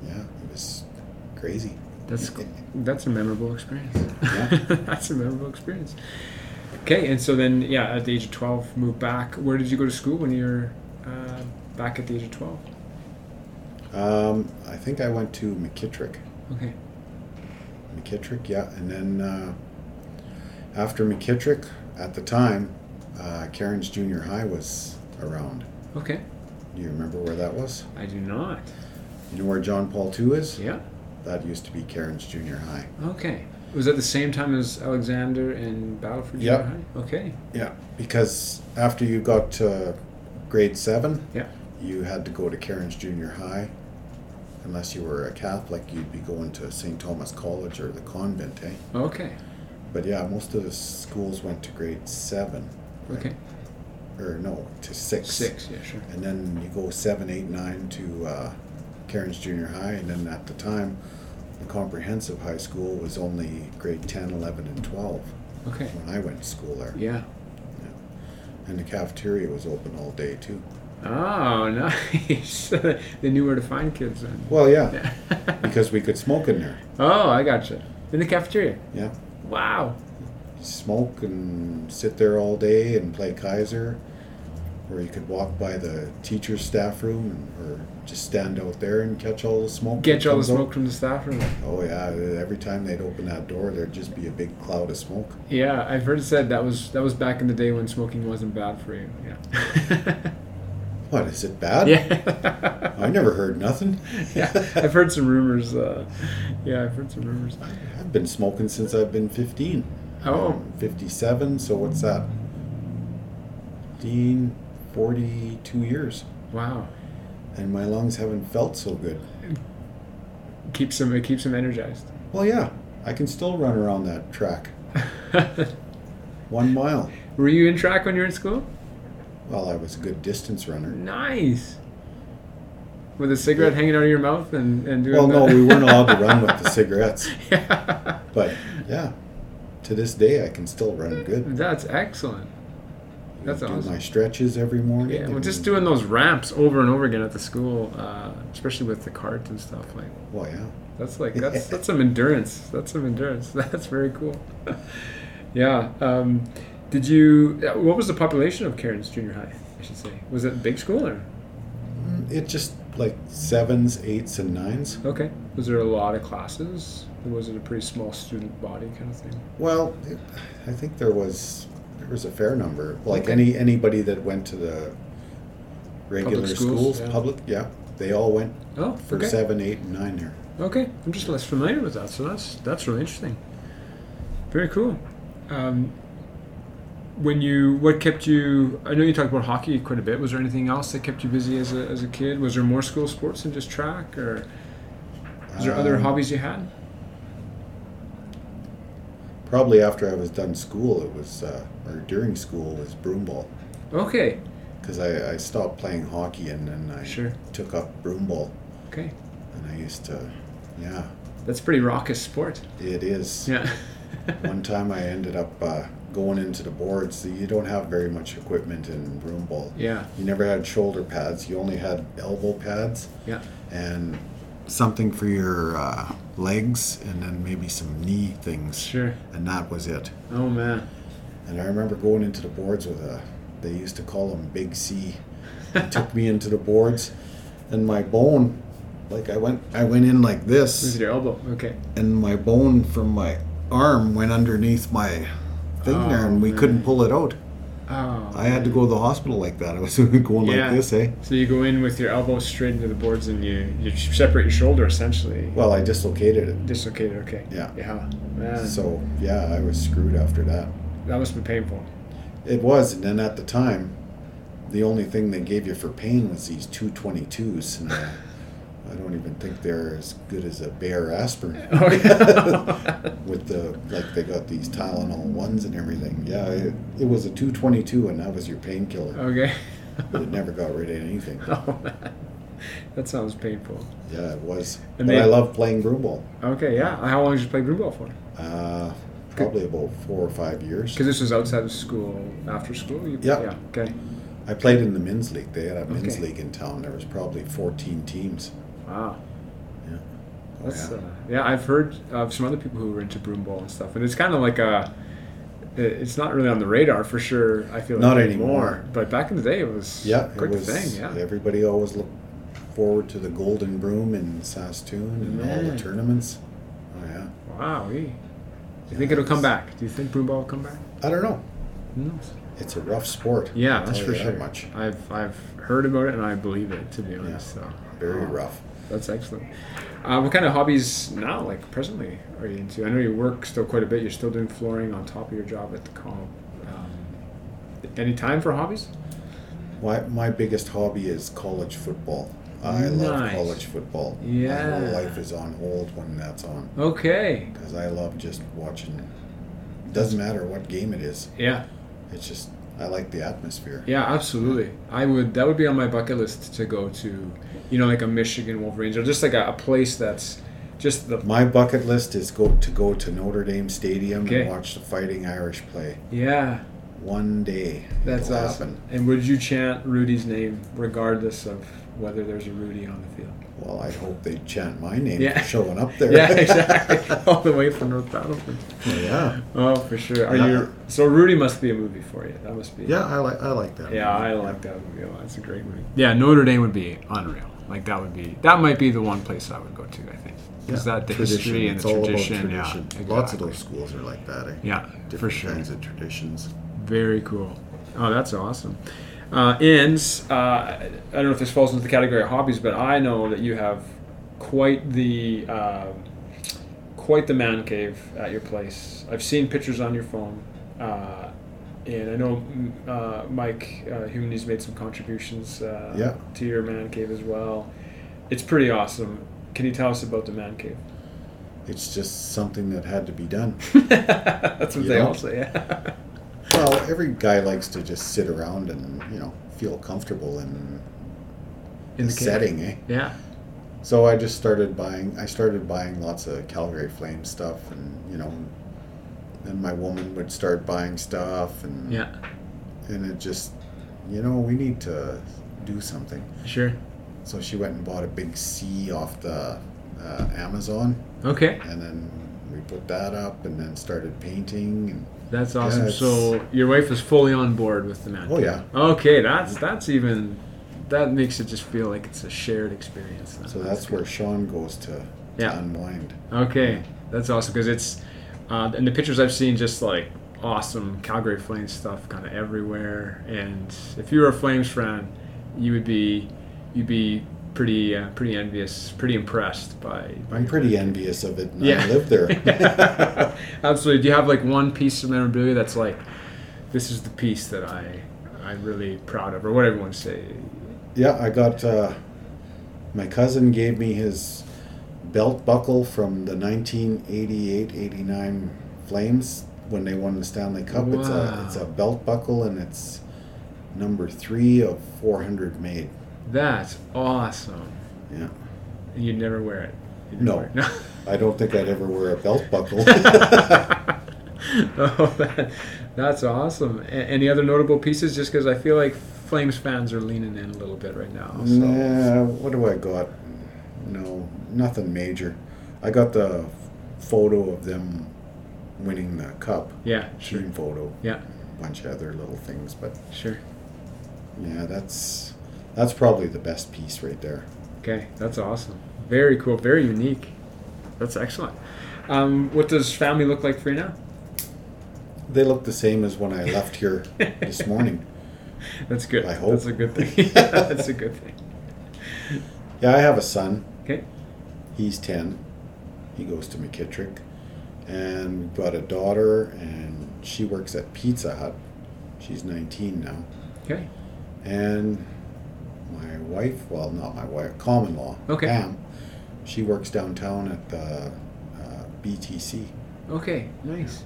[SPEAKER 2] Yeah, it was crazy.
[SPEAKER 1] That's that's a memorable experience.
[SPEAKER 2] Yeah.
[SPEAKER 1] that's a memorable experience. Okay, and so then yeah, at the age of twelve, moved back. Where did you go to school when you were uh, back at the age of twelve?
[SPEAKER 2] Um, I think I went to McKittrick.
[SPEAKER 1] Okay.
[SPEAKER 2] McKittrick, yeah. And then uh, after McKittrick, at the time, uh, Karen's Junior High was around.
[SPEAKER 1] Okay.
[SPEAKER 2] Do you remember where that was?
[SPEAKER 1] I do not.
[SPEAKER 2] You know where John Paul II is?
[SPEAKER 1] Yeah.
[SPEAKER 2] That used to be Karen's Junior High.
[SPEAKER 1] Okay. Was that the same time as Alexander and Battleford?
[SPEAKER 2] Yep.
[SPEAKER 1] Junior High? Okay.
[SPEAKER 2] Yeah. Because after you got to grade seven,
[SPEAKER 1] Yeah.
[SPEAKER 2] you had to go to Karen's Junior High. Unless you were a Catholic, you'd be going to St. Thomas College or the convent, eh?
[SPEAKER 1] Okay.
[SPEAKER 2] But yeah, most of the schools went to grade seven,
[SPEAKER 1] Okay.
[SPEAKER 2] or no, to six.
[SPEAKER 1] Six. Yeah. Sure.
[SPEAKER 2] and then you go seven, eight, nine to uh, Karen's Junior High, and then at the time, the comprehensive high school was only grade 10, 11, and 12
[SPEAKER 1] Okay.
[SPEAKER 2] when I went to school there,
[SPEAKER 1] Yeah.
[SPEAKER 2] and the cafeteria was open all day too.
[SPEAKER 1] Oh, nice. they knew where to find kids then.
[SPEAKER 2] Well, yeah,
[SPEAKER 1] Yeah.
[SPEAKER 2] because we could smoke in there.
[SPEAKER 1] oh, I gotcha. In the cafeteria.
[SPEAKER 2] Yeah,
[SPEAKER 1] Wow.
[SPEAKER 2] smoke and sit there all day and play Kaiser, or you could walk by the teacher's staff room and, or just stand out there and catch all the smoke.
[SPEAKER 1] Get
[SPEAKER 2] that
[SPEAKER 1] all the
[SPEAKER 2] comes out.
[SPEAKER 1] smoke from the staff room.
[SPEAKER 2] Oh yeah, every time they'd open that door, there'd just be a big cloud of smoke.
[SPEAKER 1] Yeah, I've heard it said that was that was back in the day when smoking wasn't bad for you. Yeah.
[SPEAKER 2] What is it bad?
[SPEAKER 1] Yeah.
[SPEAKER 2] I never heard nothing.
[SPEAKER 1] yeah. I've heard some rumors. Uh, yeah, I've heard some rumors.
[SPEAKER 2] I've been smoking since I've been 15.
[SPEAKER 1] Oh,
[SPEAKER 2] I'm 57, so what's that? 15, 42 years.
[SPEAKER 1] wow.
[SPEAKER 2] And my lungs haven't felt so good.
[SPEAKER 1] Keeps them. It keeps them energized.
[SPEAKER 2] Well, yeah, I can still run around that track. One mile.
[SPEAKER 1] Were you in track when you were in school?
[SPEAKER 2] Well, I was a good distance runner.
[SPEAKER 1] Nice. With a cigarette hanging out of your mouth and, and doing
[SPEAKER 2] Well, no,
[SPEAKER 1] the-
[SPEAKER 2] we weren't allowed to run with the cigarettes.
[SPEAKER 1] yeah.
[SPEAKER 2] But yeah, to this day, I can still run good.
[SPEAKER 1] That's excellent. That's
[SPEAKER 2] do
[SPEAKER 1] awesome.
[SPEAKER 2] my stretches every morning.
[SPEAKER 1] Yeah, well,
[SPEAKER 2] and-
[SPEAKER 1] just doing those ramps over and over again at the school, uh, especially with the cart and stuff like
[SPEAKER 2] Well, yeah.
[SPEAKER 1] that's like that's that's some endurance. That's some endurance. That's very cool. yeah. Um, did you? yeah, What was the population of Karen's junior high? I should say. Was it big school or
[SPEAKER 2] Mm, It just like sevens, eights, and nines.
[SPEAKER 1] okay? Was there a lot of classes? Or was it a pretty small student body kind of thing?
[SPEAKER 2] Well, it, I think there was there was a fair number. Like any anybody that went to the regular
[SPEAKER 1] schools,
[SPEAKER 2] schools,
[SPEAKER 1] yeah.
[SPEAKER 2] public, yeah, they all went
[SPEAKER 1] Oh,
[SPEAKER 2] for
[SPEAKER 1] okay.
[SPEAKER 2] seven, eight, and nine there.
[SPEAKER 1] Okay, I'm just less familiar with that, so that's that's really interesting. Very cool. Um, when you, what kept you? I know you talked about hockey quite a bit. Was there anything else that kept you busy as a, as a kid? Was there more school sports than just track, or was there other
[SPEAKER 2] Um,
[SPEAKER 1] hobbies you had?
[SPEAKER 2] Probably after I was done school, it was uh, or during school was broomball
[SPEAKER 1] Okay,
[SPEAKER 2] because I, I stopped playing hockey and then I
[SPEAKER 1] Sure.
[SPEAKER 2] took up broomball
[SPEAKER 1] okay,
[SPEAKER 2] and I used to, yeah,
[SPEAKER 1] that's pretty raucous sport.
[SPEAKER 2] it is.
[SPEAKER 1] Yeah.
[SPEAKER 2] One time I ended up uh, going into the boards. You don't have very much equipment in broomball.
[SPEAKER 1] yeah.
[SPEAKER 2] You never had shoulder pads. You only had elbow pads
[SPEAKER 1] Yeah.
[SPEAKER 2] and something for your uh, legs, and then maybe some knee things.
[SPEAKER 1] Sure.
[SPEAKER 2] And that was it.
[SPEAKER 1] Oh man.
[SPEAKER 2] And I remember going into the boards with a. They used to call him Big C. He took me into the boards, and my bone, like I went, I went in like
[SPEAKER 1] This is
[SPEAKER 2] this,
[SPEAKER 1] your elbow. Okay.
[SPEAKER 2] and my bone from my arm went underneath my thing there, and we couldn't pull it out.
[SPEAKER 1] Oh.
[SPEAKER 2] I had to go to the hospital like that. I was going
[SPEAKER 1] Yeah.
[SPEAKER 2] like this, eh?
[SPEAKER 1] So you go in with your elbow straight into the boards, and you you separate your shoulder essentially.
[SPEAKER 2] Well, I dislocated it.
[SPEAKER 1] Dislocated, okay.
[SPEAKER 2] Yeah.
[SPEAKER 1] Yeah. Man,
[SPEAKER 2] So yeah, I was screwed after that.
[SPEAKER 1] that must be painful.
[SPEAKER 2] It was, and then at the time, the only thing they gave you for pain was these two twenty twos, and I, I don't even think they're as good as a Bayer aspirin. With the like, they got these Tylenol ones and everything. Yeah, it, it was a two twenty two, and that was your painkiller.
[SPEAKER 1] okay.
[SPEAKER 2] But it never got rid of anything.
[SPEAKER 1] Oh, man. That sounds painful.
[SPEAKER 2] Yeah, it was.
[SPEAKER 1] And
[SPEAKER 2] but
[SPEAKER 1] they-
[SPEAKER 2] I love playing broomball.
[SPEAKER 1] Okay, yeah. How long did you play broomball for?
[SPEAKER 2] Uh, probably about four or five years.
[SPEAKER 1] Because this was outside of school, after school. You,
[SPEAKER 2] Yep.
[SPEAKER 1] Yeah. Okay.
[SPEAKER 2] I played in the men's league. They had a men's
[SPEAKER 1] Okay.
[SPEAKER 2] league in town. There was probably fourteen teams.
[SPEAKER 1] Wow.
[SPEAKER 2] Yeah.
[SPEAKER 1] That's,
[SPEAKER 2] Yeah.
[SPEAKER 1] Uh, yeah, I've heard of some other people who were into broomball and stuff, and it's kind of like a. it- It's not really on the radar for sure. I feel like
[SPEAKER 2] Not anymore.
[SPEAKER 1] But back in the day, it was
[SPEAKER 2] Yeah,
[SPEAKER 1] quite
[SPEAKER 2] it was,
[SPEAKER 1] the thing. Yeah.
[SPEAKER 2] Everybody always looked forward to the Golden Broom in Saskatoon and all
[SPEAKER 1] Yeah.
[SPEAKER 2] the tournaments. Oh yeah.
[SPEAKER 1] Wow. eh. Do you think it'll come back? Do you think broomball will come back?
[SPEAKER 2] I don't know.
[SPEAKER 1] Who knows?
[SPEAKER 2] It's a rough sport.
[SPEAKER 1] Yeah,
[SPEAKER 2] I'll
[SPEAKER 1] that's
[SPEAKER 2] tell
[SPEAKER 1] for
[SPEAKER 2] you
[SPEAKER 1] sure.
[SPEAKER 2] That much.
[SPEAKER 1] I've I've heard about it and I believe it to be honest. So
[SPEAKER 2] Very
[SPEAKER 1] Oh,
[SPEAKER 2] rough.
[SPEAKER 1] That's excellent. Uh, what kind of hobbies now, like presently, are you into? I know you work still quite a bit. You're still doing flooring on top of your job at the comp. Um, any time for hobbies?
[SPEAKER 2] My my biggest hobby is college football. I love
[SPEAKER 1] Nice.
[SPEAKER 2] college football. My
[SPEAKER 1] Yeah.
[SPEAKER 2] whole life is on hold when that's on
[SPEAKER 1] Okay.
[SPEAKER 2] because I love just watching. Doesn't matter what game it is.
[SPEAKER 1] Yeah.
[SPEAKER 2] It's just I like the atmosphere.
[SPEAKER 1] Yeah, absolutely. I would. That would be on my bucket list to go to. You know, like a Michigan Wolverines or just like a, a place that's just the
[SPEAKER 2] My bucket list is go to go to Notre Dame Stadium
[SPEAKER 1] Okay.
[SPEAKER 2] and watch the Fighting Irish play.
[SPEAKER 1] yeah.
[SPEAKER 2] One day.
[SPEAKER 1] That's
[SPEAKER 2] it'll
[SPEAKER 1] awesome. And would you chant Rudy's name regardless of whether there's a Rudy on the field?
[SPEAKER 2] Well, I hope they chant my name
[SPEAKER 1] Yeah.
[SPEAKER 2] for showing up there.
[SPEAKER 1] Yeah, exactly. All the way from North Battleford.
[SPEAKER 2] yeah.
[SPEAKER 1] Oh, for sure. Are
[SPEAKER 2] Yeah.
[SPEAKER 1] you so Rudy must be a movie for you. That must be
[SPEAKER 2] Yeah, I like I like that.
[SPEAKER 1] Yeah, I like that movie a lot. It's a great movie. Yeah, Notre Dame would be unreal. Like that would be that might be the one place I would go to, I think. Is that the history and
[SPEAKER 2] it's
[SPEAKER 1] the
[SPEAKER 2] all
[SPEAKER 1] tradition?
[SPEAKER 2] About tradition.
[SPEAKER 1] Yeah,
[SPEAKER 2] Lots of
[SPEAKER 1] exactly.
[SPEAKER 2] those schools are like that. Eh?
[SPEAKER 1] Yeah,
[SPEAKER 2] Different
[SPEAKER 1] for sure.
[SPEAKER 2] kinds of traditions.
[SPEAKER 1] Very cool. Oh, that's awesome. Uh, ends. Uh, I don't know if this falls into the category of hobbies, but I know that you have quite the um quite the man cave at your place. I've seen pictures on your phone, uh, and I know mm, uh, Mike uh, Humanity's made some contributions uh,
[SPEAKER 2] Yeah.
[SPEAKER 1] to your man cave as well. It's pretty awesome. Can you tell us about the man cave?
[SPEAKER 2] It's just something that had to be done.
[SPEAKER 1] That's what
[SPEAKER 2] You
[SPEAKER 1] they
[SPEAKER 2] know?
[SPEAKER 1] all say. Yeah.
[SPEAKER 2] Well, every guy likes to just sit around and you know feel comfortable in,
[SPEAKER 1] In
[SPEAKER 2] the
[SPEAKER 1] the cave.
[SPEAKER 2] setting, eh?
[SPEAKER 1] yeah.
[SPEAKER 2] So I just started buying. I started buying lots of Calgary Flame stuff, and you know, then my woman would start buying stuff, and
[SPEAKER 1] Yeah.
[SPEAKER 2] and it just, you know, we need to do something.
[SPEAKER 1] Sure.
[SPEAKER 2] So she went and bought a big C off the uh, Amazon,
[SPEAKER 1] Okay.
[SPEAKER 2] and then we put that up, and then started painting, and
[SPEAKER 1] That's awesome.
[SPEAKER 2] it's-
[SPEAKER 1] so your wife is fully on board with the man.
[SPEAKER 2] oh yeah,
[SPEAKER 1] Okay, that's that's even that makes it just feel like it's a shared experience.
[SPEAKER 2] so that's where Sean goes to, to
[SPEAKER 1] Yeah.
[SPEAKER 2] unwind.
[SPEAKER 1] Okay, that's awesome because it's uh, and the pictures I've seen just like awesome Calgary Flames stuff kind of everywhere. And if you were a Flames fan, you would be you'd be pretty uh, pretty envious, pretty impressed by. by
[SPEAKER 2] I'm pretty envious of it. And
[SPEAKER 1] Yeah.
[SPEAKER 2] I live there.
[SPEAKER 1] Absolutely. Do you have like one piece of memorabilia that's like, this is the piece that I I'm really proud of, or what everyone say?
[SPEAKER 2] Yeah, I got. Uh, my cousin gave me his belt buckle from the 1988-89 Flames when they won the Stanley Cup. It's a
[SPEAKER 1] Wow.
[SPEAKER 2] it's a belt buckle and it's number three of 400 made.
[SPEAKER 1] That's awesome.
[SPEAKER 2] Yeah,
[SPEAKER 1] And you'd never wear it. You'd
[SPEAKER 2] No.
[SPEAKER 1] never wear it.
[SPEAKER 2] I don't think I'd ever wear a belt buckle.
[SPEAKER 1] oh, that, that's awesome. A- any other notable pieces? Just because I feel like Flames fans are leaning in a little bit right now. So.
[SPEAKER 2] nah, what do I got? No, nothing major. I got the photo of them winning the cup,
[SPEAKER 1] Yeah, sure.
[SPEAKER 2] team photo,
[SPEAKER 1] Yeah,
[SPEAKER 2] bunch of other little things, but.
[SPEAKER 1] sure.
[SPEAKER 2] Yeah, that's that's probably the best piece right there.
[SPEAKER 1] Okay, that's awesome. Very cool. Very unique. That's excellent. Um, what does family look like for you now?
[SPEAKER 2] They look the same as when I left here this morning.
[SPEAKER 1] That's good.
[SPEAKER 2] I hope.
[SPEAKER 1] That's a good thing. That's a good thing.
[SPEAKER 2] Yeah, I have a son.
[SPEAKER 1] Okay.
[SPEAKER 2] He's ten. He goes to McKittrick, and we've got a daughter, and she works at Pizza Hut. She's nineteen now,
[SPEAKER 1] Okay.
[SPEAKER 2] and my wife, well, not my wife, common-law,
[SPEAKER 1] Okay.
[SPEAKER 2] Pam. She works downtown at the uh, BTC,
[SPEAKER 1] Okay. Nice.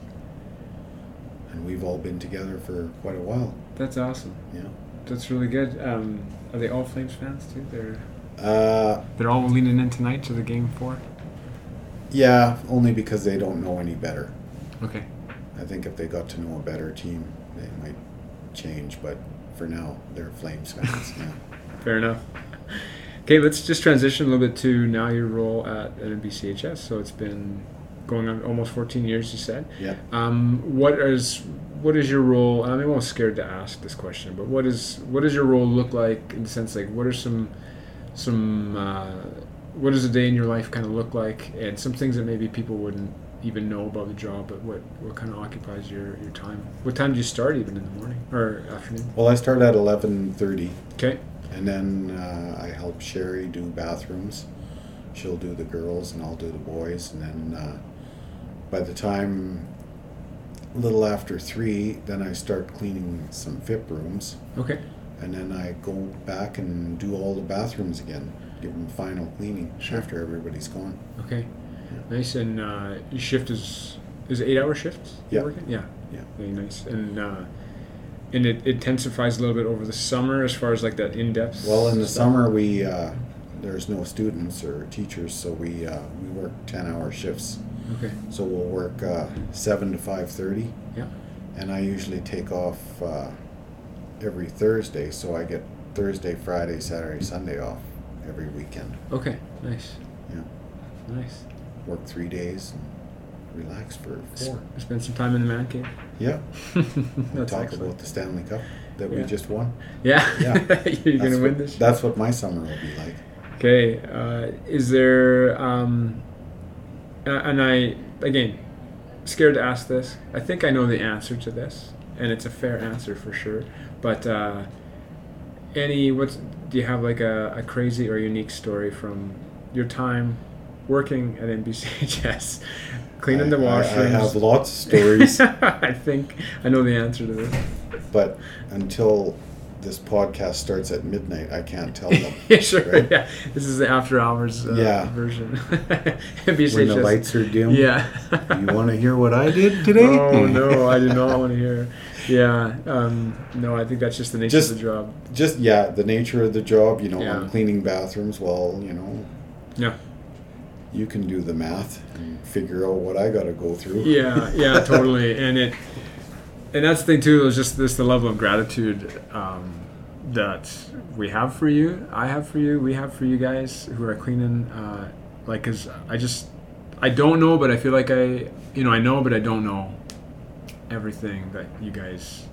[SPEAKER 2] and we've all been together for quite a while.
[SPEAKER 1] That's awesome.
[SPEAKER 2] Yeah.
[SPEAKER 1] That's really good. Um, are they all Flames fans too? They're
[SPEAKER 2] Uh,
[SPEAKER 1] they're all leaning in tonight to the game four.
[SPEAKER 2] Yeah, only because they don't know any better.
[SPEAKER 1] Okay.
[SPEAKER 2] I think if they got to know a better team, they might change. But for now, they're Flames fans. yeah.
[SPEAKER 1] Fair enough. Okay, let's just transition a little bit to now your role at NBCHS. So it's been going on almost 14 years, you said.
[SPEAKER 2] Yeah.
[SPEAKER 1] Um, what is what is your role? I'm almost scared to ask this question, but what is what does your role look like in the sense like what are some some uh, what does a day in your life kind of look like, and some things that maybe people wouldn't even know about the job, but what what kind of occupies your your time? What time do you start even in the morning or afternoon?
[SPEAKER 2] Well, I start at eleven thirty,
[SPEAKER 1] Okay.
[SPEAKER 2] and then uh, I help Sherry do bathrooms. She'll do the girls, and I'll do the boys. And then uh, by the time a little after three, then I start cleaning some FIP rooms,
[SPEAKER 1] Okay.
[SPEAKER 2] and then I go back and do all the bathrooms again. Give them final cleaning
[SPEAKER 1] Sure.
[SPEAKER 2] after everybody's gone.
[SPEAKER 1] Okay, nice. And uh, your shift is is it eight hour shift?
[SPEAKER 2] Yeah.
[SPEAKER 1] Working? Yeah.
[SPEAKER 2] Yeah.
[SPEAKER 1] Very nice. And uh, and it intensifies a little bit over the summer as far as like that in depth.
[SPEAKER 2] Well, in the summer, we uh, there's no students or teachers, so we uh, we work ten-hour shifts.
[SPEAKER 1] Okay.
[SPEAKER 2] So we'll work uh, seven to five thirty.
[SPEAKER 1] Yeah.
[SPEAKER 2] And I usually take off uh, every Thursday, so I get Thursday, Friday, Saturday, Sunday off every weekend.
[SPEAKER 1] Okay. Nice.
[SPEAKER 2] Yeah.
[SPEAKER 1] Nice.
[SPEAKER 2] Work three days and relax for
[SPEAKER 1] S-
[SPEAKER 2] four.
[SPEAKER 1] Spend some time in the man cave.
[SPEAKER 2] Yeah. And
[SPEAKER 1] That's
[SPEAKER 2] talk
[SPEAKER 1] excellent.
[SPEAKER 2] about the Stanley Cup that
[SPEAKER 1] Yeah.
[SPEAKER 2] we just won.
[SPEAKER 1] Yeah.
[SPEAKER 2] Yeah.
[SPEAKER 1] You're
[SPEAKER 2] That's
[SPEAKER 1] gonna
[SPEAKER 2] what-
[SPEAKER 1] win this.
[SPEAKER 2] That's what my summer will be like.
[SPEAKER 1] Okay. Uh, is there? Um, a- and I again, scared to ask this. I think I know the answer to this, and it's a fair answer for sure. But uh, any what's do you have like a, a crazy or unique story from your time working at NBCHS, cleaning the
[SPEAKER 2] I- I-
[SPEAKER 1] washrooms?
[SPEAKER 2] I have lots of stories.
[SPEAKER 1] I think I know the answer to this.
[SPEAKER 2] but until this podcast starts at midnight, I can't tell them.
[SPEAKER 1] yeah, sure.
[SPEAKER 2] Right?
[SPEAKER 1] Yeah, this is the after hours uh,
[SPEAKER 2] Yeah.
[SPEAKER 1] version.
[SPEAKER 2] when the
[SPEAKER 1] NBCHS.
[SPEAKER 2] lights are dim.
[SPEAKER 1] Yeah.
[SPEAKER 2] You want to hear what I did today?
[SPEAKER 1] Oh no, I do not want to hear. Yeah, um, no, I think that's just the nature
[SPEAKER 2] Just-
[SPEAKER 1] of the job.
[SPEAKER 2] Just yeah, the nature of the job. You know,
[SPEAKER 1] Yeah.
[SPEAKER 2] I'm cleaning bathrooms. Well, you know,
[SPEAKER 1] Yeah,
[SPEAKER 2] you can do the math and figure out what I got to go through.
[SPEAKER 1] yeah, yeah, totally. And it, and that's the thing too. Is just this the level of gratitude um, that we have for you. I have for you. We have for you guys who are cleaning. Uh, like, cause I just, I don't know, but I feel like I, you know, I know, but I don't know everything that you guys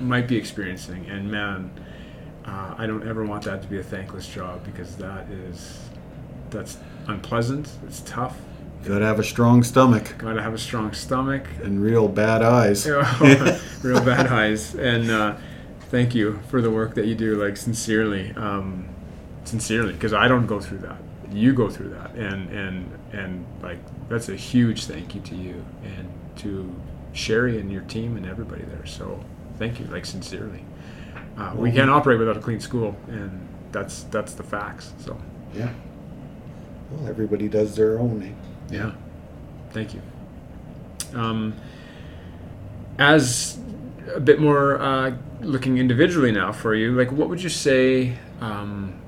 [SPEAKER 1] might be experiencing. And man, uh, I don't ever want that to be a thankless job because that is, that's unpleasant. It's tough.
[SPEAKER 2] Got to have a strong stomach
[SPEAKER 1] Gotta have a strong stomach.
[SPEAKER 2] and real bad eyes.
[SPEAKER 1] Yeah, real bad eyes. And uh, thank you for the work that you do, like sincerely, um, sincerely, because I don't go through that. You go through that, and and and like that's a huge thank you to you and to Sherry and your team and everybody there. So thank you, like sincerely. Uh, we can't operate without a clean school, and that's that's the facts. So
[SPEAKER 2] Yeah. Well, everybody does their own. eh?
[SPEAKER 1] Yeah. Thank you. Um, as a bit more uh, looking individually now for you, like what would you say um,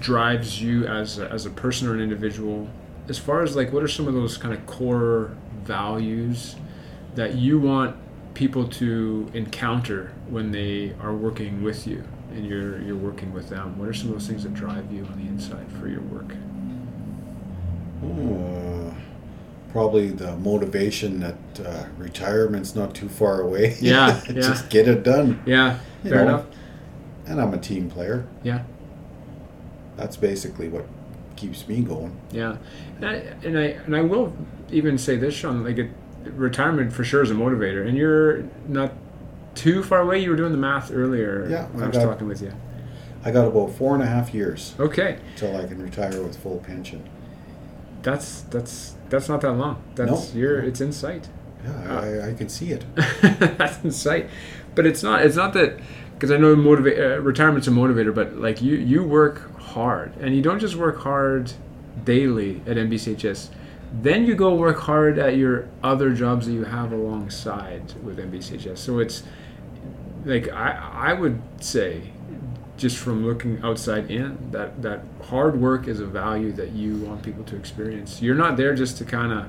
[SPEAKER 1] drives you as a, as a person or an individual? As far as like what are some of those kind of core values that you want people to encounter when they are working with you and you're you're working with them? What are some of those things that drive you on the inside for your work?
[SPEAKER 2] Uh, probably the motivation that uh, retirement's not too far away.
[SPEAKER 1] Yeah, yeah.
[SPEAKER 2] Just get it done.
[SPEAKER 1] Yeah,
[SPEAKER 2] You
[SPEAKER 1] fair
[SPEAKER 2] know,
[SPEAKER 1] enough.
[SPEAKER 2] And I'm a team player.
[SPEAKER 1] Yeah.
[SPEAKER 2] That's basically what keeps me going.
[SPEAKER 1] Yeah, and I, and I and I will even say this, Sean. Like it, retirement for sure is a motivator, and you're not too far away. You were doing the math earlier.
[SPEAKER 2] Yeah,
[SPEAKER 1] when I
[SPEAKER 2] I
[SPEAKER 1] was
[SPEAKER 2] got-
[SPEAKER 1] talking with you.
[SPEAKER 2] I got about four and a half years
[SPEAKER 1] Okay,
[SPEAKER 2] until I can retire with full pension.
[SPEAKER 1] that's that's that's not that long. That's
[SPEAKER 2] No.
[SPEAKER 1] your it's in sight.
[SPEAKER 2] Yeah, I, I can see it.
[SPEAKER 1] that's in sight, but it's not. It's not that because I know motivate uh, retirement's a motivator, but like you you work hard, and you don't just work hard daily at NBCHS. Then you go work hard at your other jobs that you have alongside with NBCHS. So it's like I I would say just from looking outside in that that hard work is a value that you want people to experience. You're not there just to kind of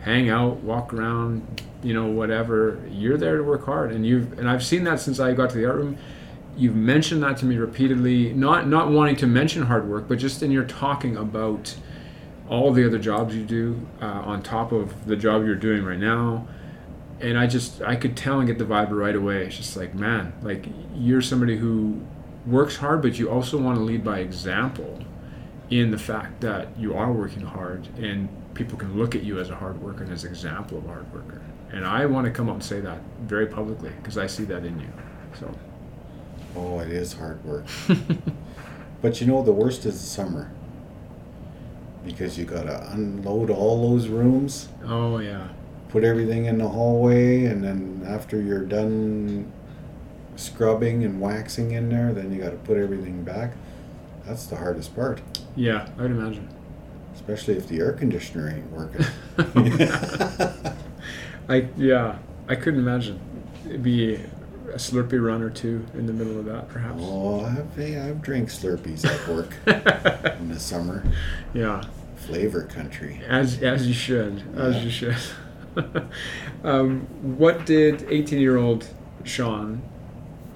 [SPEAKER 1] hang out, walk around, you know, whatever. You're there to work hard, and you've and I've seen that since I got to the art room. You've mentioned that to me repeatedly, not not wanting to mention hard work, but just in your talking about all the other jobs you do uh, on top of the job you're doing right now. And I just I could tell and get the vibe right away. It's just like man, like you're somebody who works hard, but you also want to lead by example in the fact that you are working hard and people can look at you as a hard worker and as an example of a hard worker. And I want to come out and say that very publicly because I see that in you. So,
[SPEAKER 2] Oh, it is hard work. But you know, the worst is the summer. Because you gotta unload all those rooms,
[SPEAKER 1] oh yeah,
[SPEAKER 2] put everything in the hallway, and then after you're done scrubbing and waxing in there, then you gotta put everything back. That's the hardest part,
[SPEAKER 1] yeah, I would imagine.
[SPEAKER 2] especially if the air conditioner ain't working.
[SPEAKER 1] I yeah, I could imagine. It'd be a Slurpee run or two in the middle of that, perhaps.
[SPEAKER 2] oh, I've, hey, I've drank Slurpees at work in the summer.
[SPEAKER 1] yeah.
[SPEAKER 2] Flavor country.
[SPEAKER 1] As as you should, as
[SPEAKER 2] Yeah.
[SPEAKER 1] you should. um, what did eighteen-year-old Sean?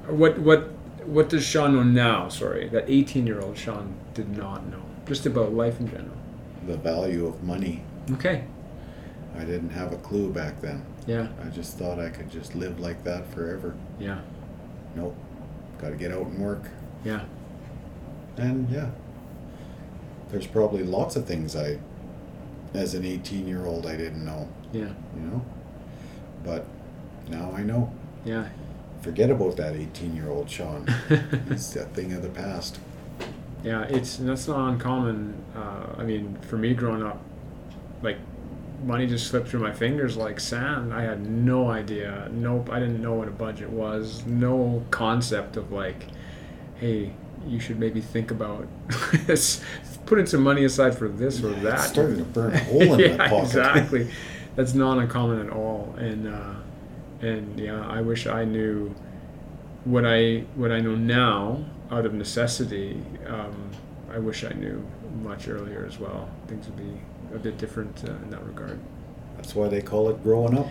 [SPEAKER 1] What what what does Sean know now? Sorry, that eighteen-year-old Sean did not know. Just about life in general.
[SPEAKER 2] The value of money.
[SPEAKER 1] Okay.
[SPEAKER 2] I didn't have a clue back then.
[SPEAKER 1] Yeah.
[SPEAKER 2] I just thought I could just live like that forever.
[SPEAKER 1] Yeah.
[SPEAKER 2] Nope. Got to get out and work.
[SPEAKER 1] Yeah.
[SPEAKER 2] And yeah, there's probably lots of things I, as an 18 year old, I didn't know,
[SPEAKER 1] Yeah.
[SPEAKER 2] you know? But now I know.
[SPEAKER 1] Yeah.
[SPEAKER 2] forget about that 18 year old Sean. He's that thing of the past.
[SPEAKER 1] Yeah, it's and that's not uncommon. Uh, I mean, for me growing up, like money just slipped through my fingers like sand. I had no idea. Nope, I didn't know what a budget was. No concept of like, hey, you should maybe think about this. Putting some money aside for this or that.
[SPEAKER 2] It's starting to burn a hole in my
[SPEAKER 1] yeah,
[SPEAKER 2] pocket.
[SPEAKER 1] exactly. That's not uncommon at all. And uh, and yeah, I wish I knew what I what I know now out of necessity. Um, I wish I knew much earlier as well. Things would be a bit different uh, in that regard.
[SPEAKER 2] That's why they call it growing up.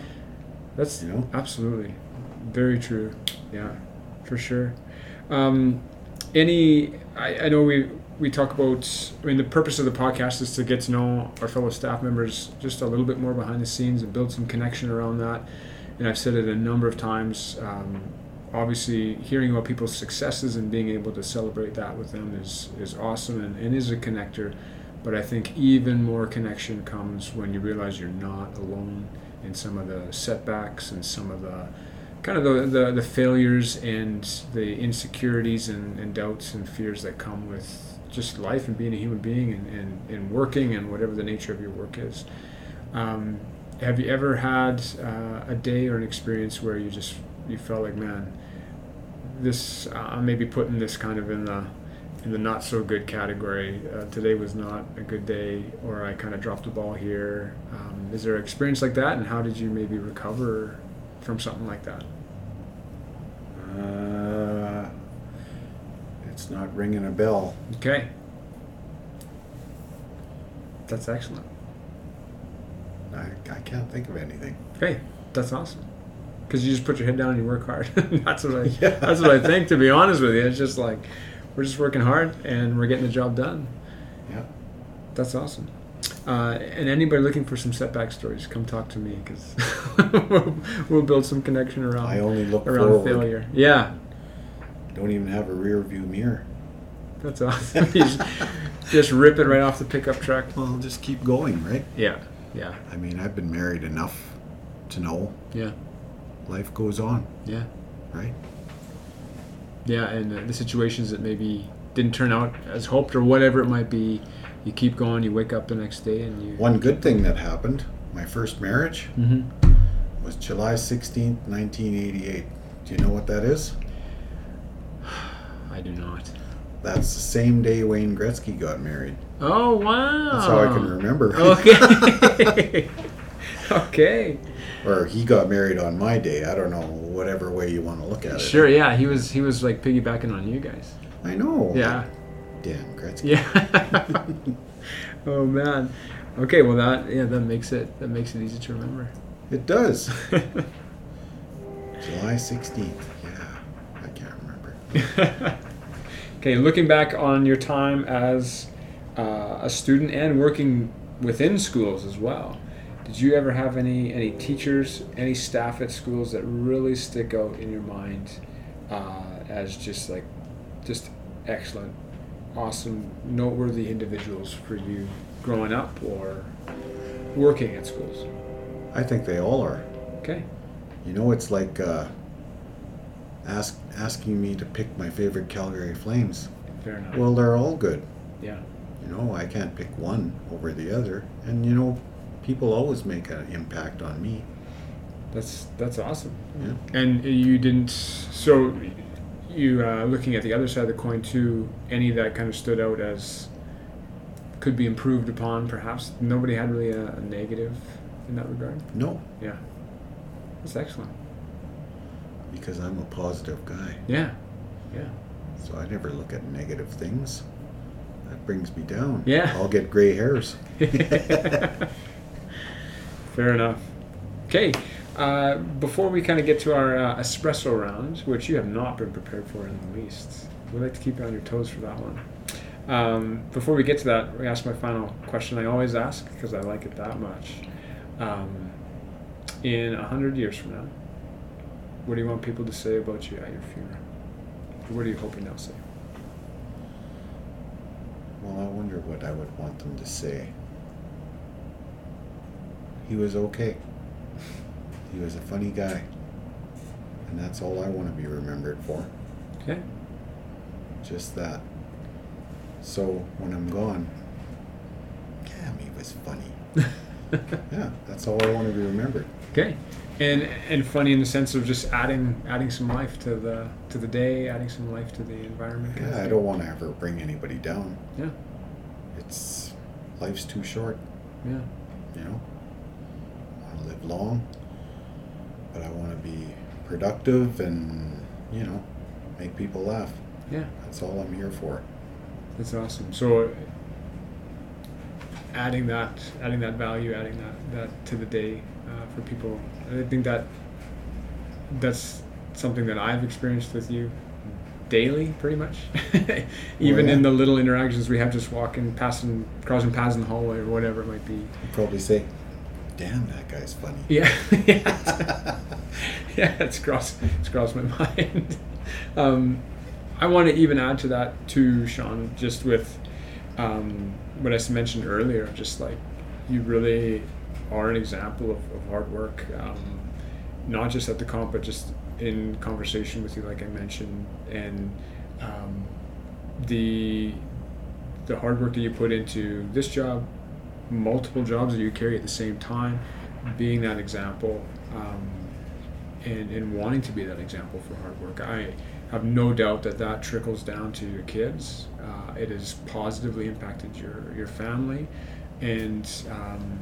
[SPEAKER 1] That's
[SPEAKER 2] You know?
[SPEAKER 1] absolutely very true. Yeah, for sure. Um, any, I, I know we we talk about. I mean, the purpose of the podcast is to get to know our fellow staff members just a little bit more behind the scenes and build some connection around that. And I've said it a number of times. Um, obviously, hearing about people's successes and being able to celebrate that with them is is awesome and, and is a connector. But I think even more connection comes when you realize you're not alone in some of the setbacks and some of the kind of the, the, the failures and the insecurities and, and doubts and fears that come with just life and being a human being and, and, and working and whatever the nature of your work is. Um, have you ever had uh, a day or an experience where you just you felt like, man, this I may be putting this kind of in the in the not so good category. Uh, today was not a good day, or I kind of dropped the ball here. Um, is there an experience like that, and how did you maybe recover from something like that?
[SPEAKER 2] Uh, it's not ringing a bell.
[SPEAKER 1] Okay, that's excellent.
[SPEAKER 2] I, I can't think of anything.
[SPEAKER 1] Okay, that's awesome. Because you just put your head down and you work hard. that's what I.
[SPEAKER 2] Yeah.
[SPEAKER 1] That's what I think. To be honest with you, it's just like we're just working hard and we're getting the job done.
[SPEAKER 2] Yeah.
[SPEAKER 1] That's awesome. Uh, and anybody looking for some setback stories, come talk to me because we'll, we'll build some connection around
[SPEAKER 2] I only look
[SPEAKER 1] around
[SPEAKER 2] forward.
[SPEAKER 1] failure. Yeah,
[SPEAKER 2] Don't even have a rear view mirror.
[SPEAKER 1] that's awesome. You just, just rip it right off the pickup truck.
[SPEAKER 2] Well, just keep going, right?
[SPEAKER 1] Yeah, yeah,
[SPEAKER 2] I mean, I've been married enough to know
[SPEAKER 1] yeah,
[SPEAKER 2] life goes on,
[SPEAKER 1] yeah,
[SPEAKER 2] right?
[SPEAKER 1] yeah. And uh, the situations that maybe didn't turn out as hoped or whatever it might be, you keep going. You wake up the next day and you.
[SPEAKER 2] One good thing that happened my first marriage
[SPEAKER 1] Mhm.
[SPEAKER 2] was July 16th, 1988. Do you know what that is?
[SPEAKER 1] I do not.
[SPEAKER 2] That's the same day Wayne Gretzky got married.
[SPEAKER 1] Oh wow!
[SPEAKER 2] That's how I can remember.
[SPEAKER 1] Oh. Okay. okay.
[SPEAKER 2] or he got married on my day. I don't know, whatever way you want to look at it.
[SPEAKER 1] Sure. Yeah, he was he was like piggybacking on you guys.
[SPEAKER 2] I know.
[SPEAKER 1] Yeah.
[SPEAKER 2] Damn Gretzky.
[SPEAKER 1] Yeah. oh man. Okay. Well, that yeah that makes it that makes it easy to remember.
[SPEAKER 2] It does. July 16th. Yeah. I can't remember.
[SPEAKER 1] okay. Looking back on your time as uh, a student and working within schools as well, did you ever have any any teachers, any staff at schools that really stick out in your mind uh, as just like just excellent, awesome, noteworthy individuals for you growing up or working at schools?
[SPEAKER 2] I think they all are.
[SPEAKER 1] Okay.
[SPEAKER 2] You know, it's like uh, ask, asking me to pick my favorite Calgary Flames.
[SPEAKER 1] Fair enough.
[SPEAKER 2] Well, they're all good.
[SPEAKER 1] yeah.
[SPEAKER 2] You know, I can't pick one over the other. And, you know, people always make an impact on me.
[SPEAKER 1] That's that's awesome.
[SPEAKER 2] Yeah.
[SPEAKER 1] And you didn't. So, you uh, looking at the other side of the coin too. Any that kind of stood out as could be improved upon, perhaps. Nobody had really a, a negative in that regard.
[SPEAKER 2] No,
[SPEAKER 1] Yeah, that's excellent.
[SPEAKER 2] because I'm a positive guy.
[SPEAKER 1] Yeah, yeah.
[SPEAKER 2] So I never look at negative things. That brings me down.
[SPEAKER 1] Yeah.
[SPEAKER 2] I'll get gray hairs.
[SPEAKER 1] Fair enough. Okay. Uh, before we kind of get to our uh, espresso round, which you have not been prepared for in the least, we like to keep you on your toes for that one. Um, before we get to that, we ask my final question I always ask because I like it that much. Um, in a 100 years from now, what do you want people to say about you at your funeral? What are you hoping they'll say?
[SPEAKER 2] Well, I wonder what I would want them to say. He was okay. He was a funny guy. And that's all I want to be remembered for.
[SPEAKER 1] Okay.
[SPEAKER 2] Just that. So when I'm gone, yeah, me was funny. yeah, that's all I want to be remembered.
[SPEAKER 1] Okay. And and funny in the sense of just adding adding some life to the to the day, adding some life to the environment. kind of
[SPEAKER 2] Yeah, I
[SPEAKER 1] thing.
[SPEAKER 2] don't want to ever bring anybody down.
[SPEAKER 1] Yeah.
[SPEAKER 2] It's life's too short,
[SPEAKER 1] Yeah.
[SPEAKER 2] you know. I want to live long, but I want to be productive and you know make people laugh.
[SPEAKER 1] Yeah.
[SPEAKER 2] That's all I'm here for.
[SPEAKER 1] That's awesome. So adding that, adding that value, adding that, that to the day uh, for people, I think that that's something that I've experienced with you daily, pretty much. Even
[SPEAKER 2] Oh, yeah.
[SPEAKER 1] in the little interactions we have, just walking, passing, crossing paths in the hallway or whatever it might be.
[SPEAKER 2] You probably say, "Damn, that guy's funny."
[SPEAKER 1] Yeah, yeah, yeah. It's crossed. It's crossed my mind. Um, I want to even add to that too, Sean. Just with um, what I s- mentioned earlier, just like you really are an example of, of hard work. Um, not just at the comp, but just in conversation with you, like I mentioned, and um, the the hard work that you put into this job, multiple jobs that you carry at the same time, being that example, um, and, and wanting to be that example for hard work. I have no doubt that that trickles down to your kids. Uh, it has positively impacted your, your family and, um,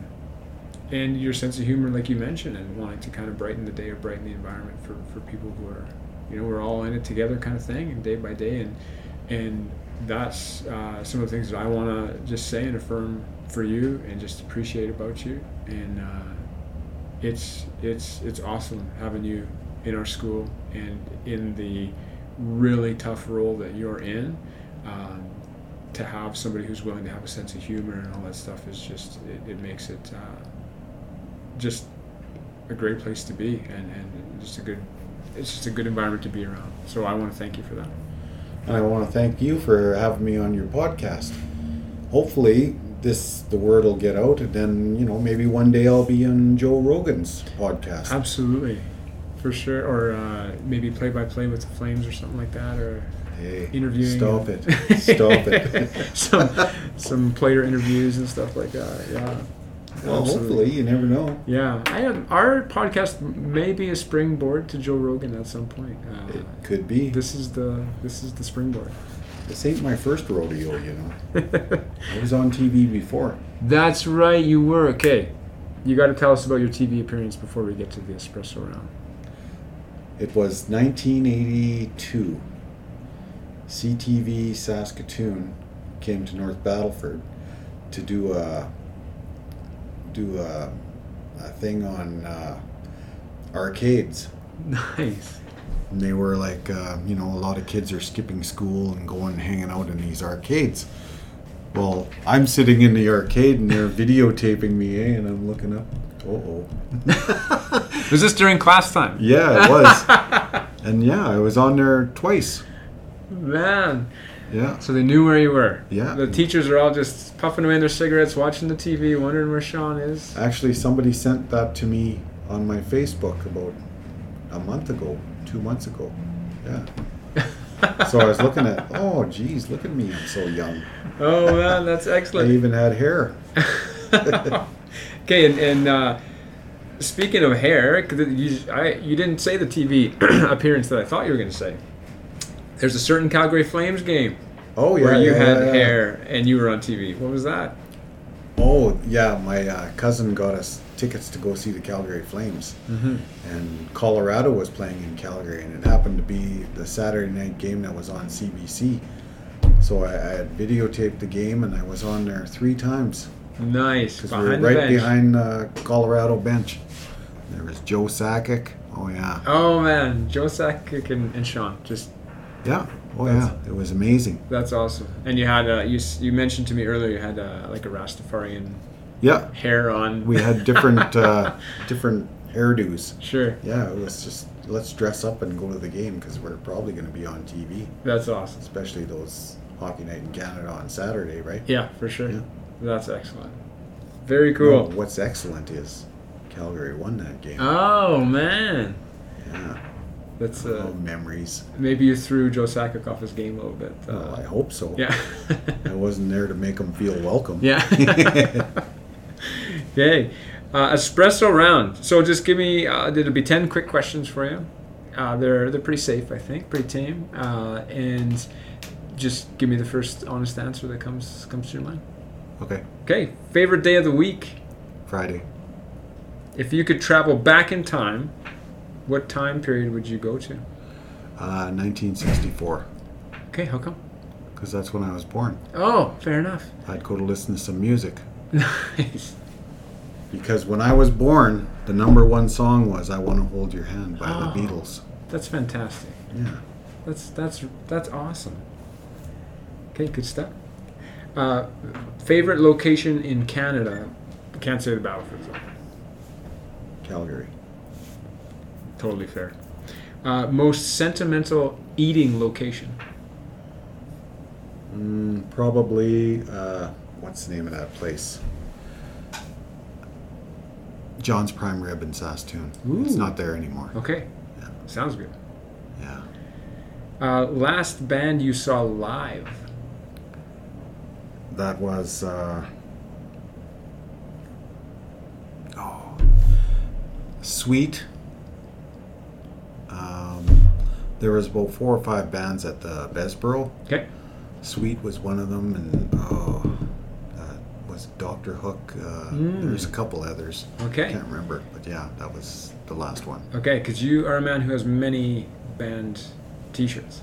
[SPEAKER 1] and your sense of humor, like you mentioned, and wanting to kind of brighten the day or brighten the environment for, for people who are, you know, we're all in it together kind of thing, and day by day. And, and that's uh, some of the things that I want to just say and affirm for you and just appreciate about you. And uh, it's it's it's awesome having you in our school and in the really tough role that you're in. Um, to have somebody who's willing to have a sense of humor and all that stuff is just it, it makes it uh, just a great place to be and, and just a good it's just a good environment to be around. So I want to thank you for that.
[SPEAKER 2] And I want to thank you for having me on your podcast. Hopefully, this the word will get out, and then you know maybe one day I'll be on Joe Rogan's podcast.
[SPEAKER 1] Absolutely, for sure. Or uh, maybe play by play with the Flames or something like that, or
[SPEAKER 2] hey,
[SPEAKER 1] interviewing.
[SPEAKER 2] Stop it! Stop it!
[SPEAKER 1] some some player interviews and stuff like that. Yeah.
[SPEAKER 2] well,
[SPEAKER 1] Absolutely.
[SPEAKER 2] hopefully, you never know.
[SPEAKER 1] Yeah, I am, our podcast may be a springboard to Joe Rogan at some point. Uh,
[SPEAKER 2] It could be. This,
[SPEAKER 1] this is the this is the springboard.
[SPEAKER 2] ain't my first rodeo, you know. I was on TV before.
[SPEAKER 1] That's right, you were okay. You got to tell us about your TV appearance before we get to the espresso round.
[SPEAKER 2] It was 1982. CTV Saskatoon came to North Battleford to do a do a, a thing on uh, arcades.
[SPEAKER 1] Nice.
[SPEAKER 2] And they were like, uh, you know, a lot of kids are skipping school and going hanging out in these arcades. Well, I'm sitting in the arcade and they're videotaping me, eh? And I'm looking up. Uh oh.
[SPEAKER 1] Was this during class time?
[SPEAKER 2] Yeah, it was. and yeah, I was on there twice.
[SPEAKER 1] Man.
[SPEAKER 2] Yeah.
[SPEAKER 1] So they knew where you were.
[SPEAKER 2] Yeah.
[SPEAKER 1] The teachers are all just puffing away their cigarettes, watching the TV, wondering where Sean is.
[SPEAKER 2] Actually, somebody sent that to me on my Facebook about a month ago, two months ago. Yeah. So I was looking at, oh, geez, look at me, I'm so young.
[SPEAKER 1] Oh man, that's
[SPEAKER 2] I
[SPEAKER 1] excellent.
[SPEAKER 2] even had hair.
[SPEAKER 1] okay, and, and uh, speaking of hair, 'cause it- you, I, you didn't say the TV appearance that I thought you were going to say. There's a certain Calgary Flames game
[SPEAKER 2] Oh yeah,
[SPEAKER 1] where you
[SPEAKER 2] yeah,
[SPEAKER 1] had
[SPEAKER 2] yeah, yeah.
[SPEAKER 1] hair and you were on TV. What was that?
[SPEAKER 2] Oh yeah, my uh, cousin got us tickets to go see the Calgary Flames,
[SPEAKER 1] Mm-hmm.
[SPEAKER 2] and Colorado was playing in Calgary, and it happened to be the Saturday night game that was on CBC. So I, I had videotaped the game, and I was on there three times.
[SPEAKER 1] Nice.
[SPEAKER 2] Because we were
[SPEAKER 1] Behind
[SPEAKER 2] right
[SPEAKER 1] the bench.
[SPEAKER 2] behind the Colorado bench. There was Joe Sakic. Oh yeah,
[SPEAKER 1] Oh man, Joe Sakic and, and Sean, just
[SPEAKER 2] yeah, oh
[SPEAKER 1] That's-
[SPEAKER 2] yeah. It was amazing.
[SPEAKER 1] that's awesome. And you had uh, you s- you mentioned to me earlier you had uh, like a Rastafarian
[SPEAKER 2] Yeah,
[SPEAKER 1] hair on.
[SPEAKER 2] we had different uh, different hairdos.
[SPEAKER 1] sure,
[SPEAKER 2] Yeah, it was just let's dress up and go to the game because we're probably going to be on TV,
[SPEAKER 1] that's awesome.
[SPEAKER 2] especially those hockey night in Canada on Saturday, right?
[SPEAKER 1] Yeah, for sure.
[SPEAKER 2] Yeah.
[SPEAKER 1] That's excellent. Very
[SPEAKER 2] No,
[SPEAKER 1] cool. Uh,
[SPEAKER 2] what's excellent is Calgary won that game.
[SPEAKER 1] Oh man,
[SPEAKER 2] yeah.
[SPEAKER 1] That's uh,
[SPEAKER 2] oh, memories.
[SPEAKER 1] maybe you threw Joe Sakic off his game a little bit. Uh,
[SPEAKER 2] well, oh, I hope so.
[SPEAKER 1] yeah.
[SPEAKER 2] I wasn't there to make them feel welcome.
[SPEAKER 1] yeah. okay. Uh, espresso round. So just give me. Uh, it'll be ten quick questions for you. Uh, they're they're pretty safe, I think, pretty tame, uh, and just give me the first honest answer that comes comes to your mind.
[SPEAKER 2] okay.
[SPEAKER 1] Okay. Favorite day of the week.
[SPEAKER 2] Friday.
[SPEAKER 1] If you could travel back in time, what time period would you go to?
[SPEAKER 2] Uh, 1964.
[SPEAKER 1] Okay, how come?
[SPEAKER 2] Because that's when I was born.
[SPEAKER 1] Oh, fair enough.
[SPEAKER 2] I'd go to listen to some music.
[SPEAKER 1] Nice.
[SPEAKER 2] Because when I was born, the number one song was I Want to Hold Your Hand by
[SPEAKER 1] Oh.
[SPEAKER 2] the Beatles.
[SPEAKER 1] That's fantastic.
[SPEAKER 2] Yeah.
[SPEAKER 1] That's that's that's awesome. Okay, good stuff. Uh, favorite location in Canada? Can't say the battlefield. though.
[SPEAKER 2] Calgary.
[SPEAKER 1] Totally fair. Uh, most sentimental eating location?
[SPEAKER 2] Mm, probably, uh, what's the name of that place? John's Prime Rib in Saskatoon. It's
[SPEAKER 1] Ooh.
[SPEAKER 2] not there anymore.
[SPEAKER 1] Okay,
[SPEAKER 2] Yeah.
[SPEAKER 1] sounds good.
[SPEAKER 2] Yeah.
[SPEAKER 1] Uh, last band you saw live?
[SPEAKER 2] That was. Uh, oh. Sweet. Um, there was about four or five bands at the Besborough.
[SPEAKER 1] Okay.
[SPEAKER 2] Sweet was one of them, and oh, uh, was Doctor Hook. Uh,
[SPEAKER 1] Mm.
[SPEAKER 2] There's a couple others. I
[SPEAKER 1] Okay.
[SPEAKER 2] can't remember, but yeah, that was the last one.
[SPEAKER 1] Okay, because you are a man who has many band T-shirts.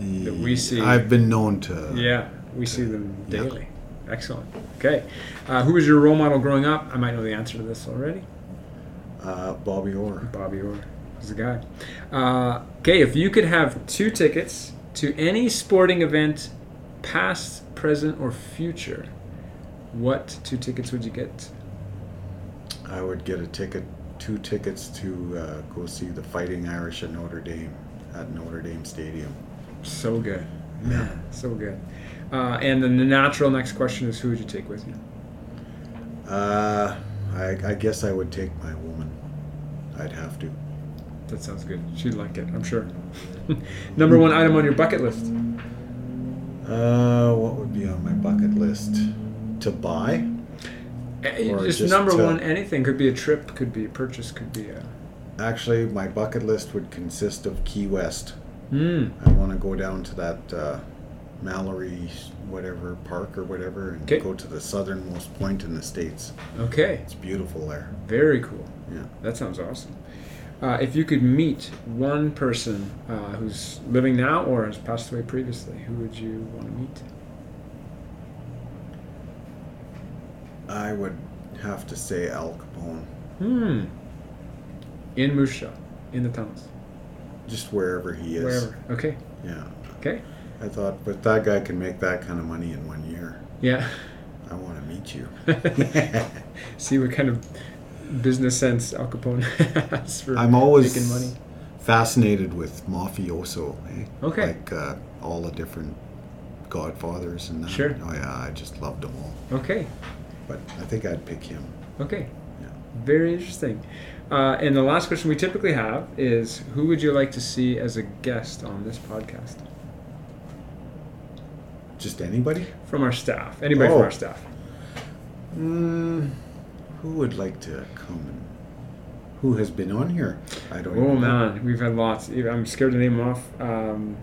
[SPEAKER 2] The,
[SPEAKER 1] we see-
[SPEAKER 2] I've been known to.
[SPEAKER 1] Yeah, we see them
[SPEAKER 2] Yeah.
[SPEAKER 1] daily. Excellent. Okay, uh, who was your role model growing up? I might know the answer to this already.
[SPEAKER 2] Uh, Bobby Orr.
[SPEAKER 1] Bobby Orr is the guy. Uh, okay, if you could have two tickets to any sporting event, past, present, or future, what two tickets would you get?
[SPEAKER 2] I would get a ticket, two tickets to uh, go see the Fighting Irish at Notre Dame at Notre Dame Stadium.
[SPEAKER 1] So good, man, so good. Uh, and then the natural next question is, who would you take with you?
[SPEAKER 2] Uh, I, I guess I would take my woman. I'd have to.
[SPEAKER 1] That sounds good. She'd like it, I'm sure. Number one item on your bucket list.
[SPEAKER 2] Uh, what would be on my bucket list? To buy?
[SPEAKER 1] Eh,
[SPEAKER 2] Or
[SPEAKER 1] just,
[SPEAKER 2] just
[SPEAKER 1] number
[SPEAKER 2] to-
[SPEAKER 1] one, anything could be a trip, could be a purchase, could be a.
[SPEAKER 2] Actually, my bucket list would consist of Key West.
[SPEAKER 1] Mm.
[SPEAKER 2] I want to go down to that uh, Mallory, whatever park or whatever, and
[SPEAKER 1] 'Kay.
[SPEAKER 2] go to the southernmost point in the states.
[SPEAKER 1] Okay,
[SPEAKER 2] It's beautiful there.
[SPEAKER 1] very cool.
[SPEAKER 2] Yeah.
[SPEAKER 1] That sounds awesome. Uh, if you could meet one person uh, who's living now or has passed away previously, who would you want to meet?
[SPEAKER 2] I would have to say Al Capone,
[SPEAKER 1] Hmm. In Moose Jaw, in the tunnels,
[SPEAKER 2] just wherever he is.
[SPEAKER 1] wherever. Okay.
[SPEAKER 2] Yeah.
[SPEAKER 1] Okay.
[SPEAKER 2] I thought, but that guy can make that kind of money in one year.
[SPEAKER 1] Yeah.
[SPEAKER 2] I want to meet you.
[SPEAKER 1] See what kind of business sense Al Capone has for
[SPEAKER 2] I'm always
[SPEAKER 1] making money.
[SPEAKER 2] fascinated with mafioso. Eh?
[SPEAKER 1] Okay.
[SPEAKER 2] Like uh, all the different Godfathers and that.
[SPEAKER 1] Sure.
[SPEAKER 2] Oh yeah, I just loved them all.
[SPEAKER 1] Okay.
[SPEAKER 2] But I think I'd pick him.
[SPEAKER 1] Okay.
[SPEAKER 2] Yeah.
[SPEAKER 1] Very interesting. Uh, and the last question we typically have is who would you like to see as a guest on this podcast?
[SPEAKER 2] Just anybody?
[SPEAKER 1] From our staff. Anybody from
[SPEAKER 2] Oh.
[SPEAKER 1] our staff.
[SPEAKER 2] Mm, who would like to come? And who has been on here? I don't.
[SPEAKER 1] Oh
[SPEAKER 2] even know.
[SPEAKER 1] man, we've had lots. I'm scared to name them off. Um,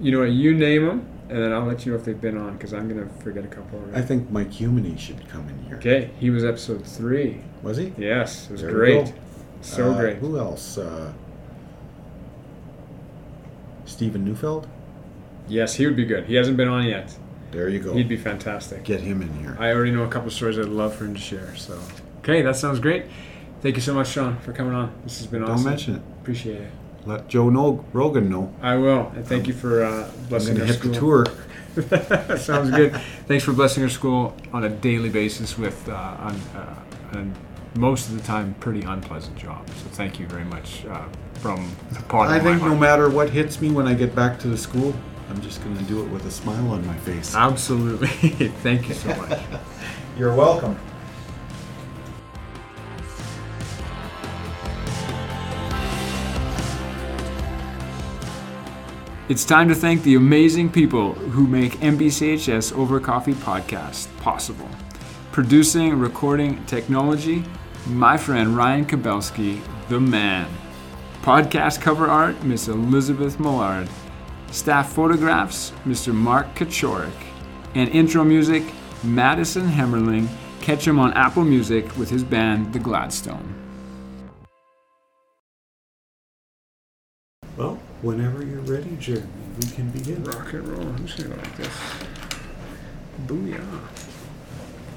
[SPEAKER 1] you know what? You name them, and then I'll let you know if they've been on because I'm gonna forget a couple. Already.
[SPEAKER 2] I think Mike Humany should come in here.
[SPEAKER 1] okay, he was episode three.
[SPEAKER 2] Was he?
[SPEAKER 1] Yes, it was
[SPEAKER 2] There we
[SPEAKER 1] great.
[SPEAKER 2] go.
[SPEAKER 1] So
[SPEAKER 2] Uh,
[SPEAKER 1] great.
[SPEAKER 2] Who else? Uh, Stephen Neufeld.
[SPEAKER 1] Yes, he would be good. He hasn't been on yet.
[SPEAKER 2] There you go.
[SPEAKER 1] He'd be fantastic.
[SPEAKER 2] Get him in here.
[SPEAKER 1] I already know a couple stories I'd love for him to share. So, okay, that sounds great. Thank you so much, Sean, for coming on. This has been
[SPEAKER 2] Don't
[SPEAKER 1] awesome.
[SPEAKER 2] mention it.
[SPEAKER 1] Appreciate it.
[SPEAKER 2] Let Joe know, Rogan know.
[SPEAKER 1] I will, and thank you for uh,
[SPEAKER 2] I'm
[SPEAKER 1] blessing
[SPEAKER 2] gonna
[SPEAKER 1] our
[SPEAKER 2] hit
[SPEAKER 1] school.
[SPEAKER 2] the tour.
[SPEAKER 1] sounds good. Thanks for blessing our school on a daily basis with, uh, on, uh, on most of the time, pretty unpleasant job. So thank you very much uh, from the part
[SPEAKER 2] I
[SPEAKER 1] of my
[SPEAKER 2] think no
[SPEAKER 1] heart.
[SPEAKER 2] matter what hits me when I get back to the school, I'm just gonna do it with a smile on my face.
[SPEAKER 1] Absolutely. thank you so much.
[SPEAKER 2] You're welcome.
[SPEAKER 1] It's time to thank the amazing people who make MBCHS Over Coffee podcast possible. Producing, recording, technology, my friend Ryan Kabelski, the man. Podcast cover art, Miss Elizabeth Millard. Staff photographs, Mr. Mark Kachorik. And intro music, Madison Hemmerling. Catch him on Apple Music with his band, The Gladstone.
[SPEAKER 2] Well, whenever you're ready, Jeremy, we can begin.
[SPEAKER 1] Rock and roll. I'm just gonna go like this. Booyah.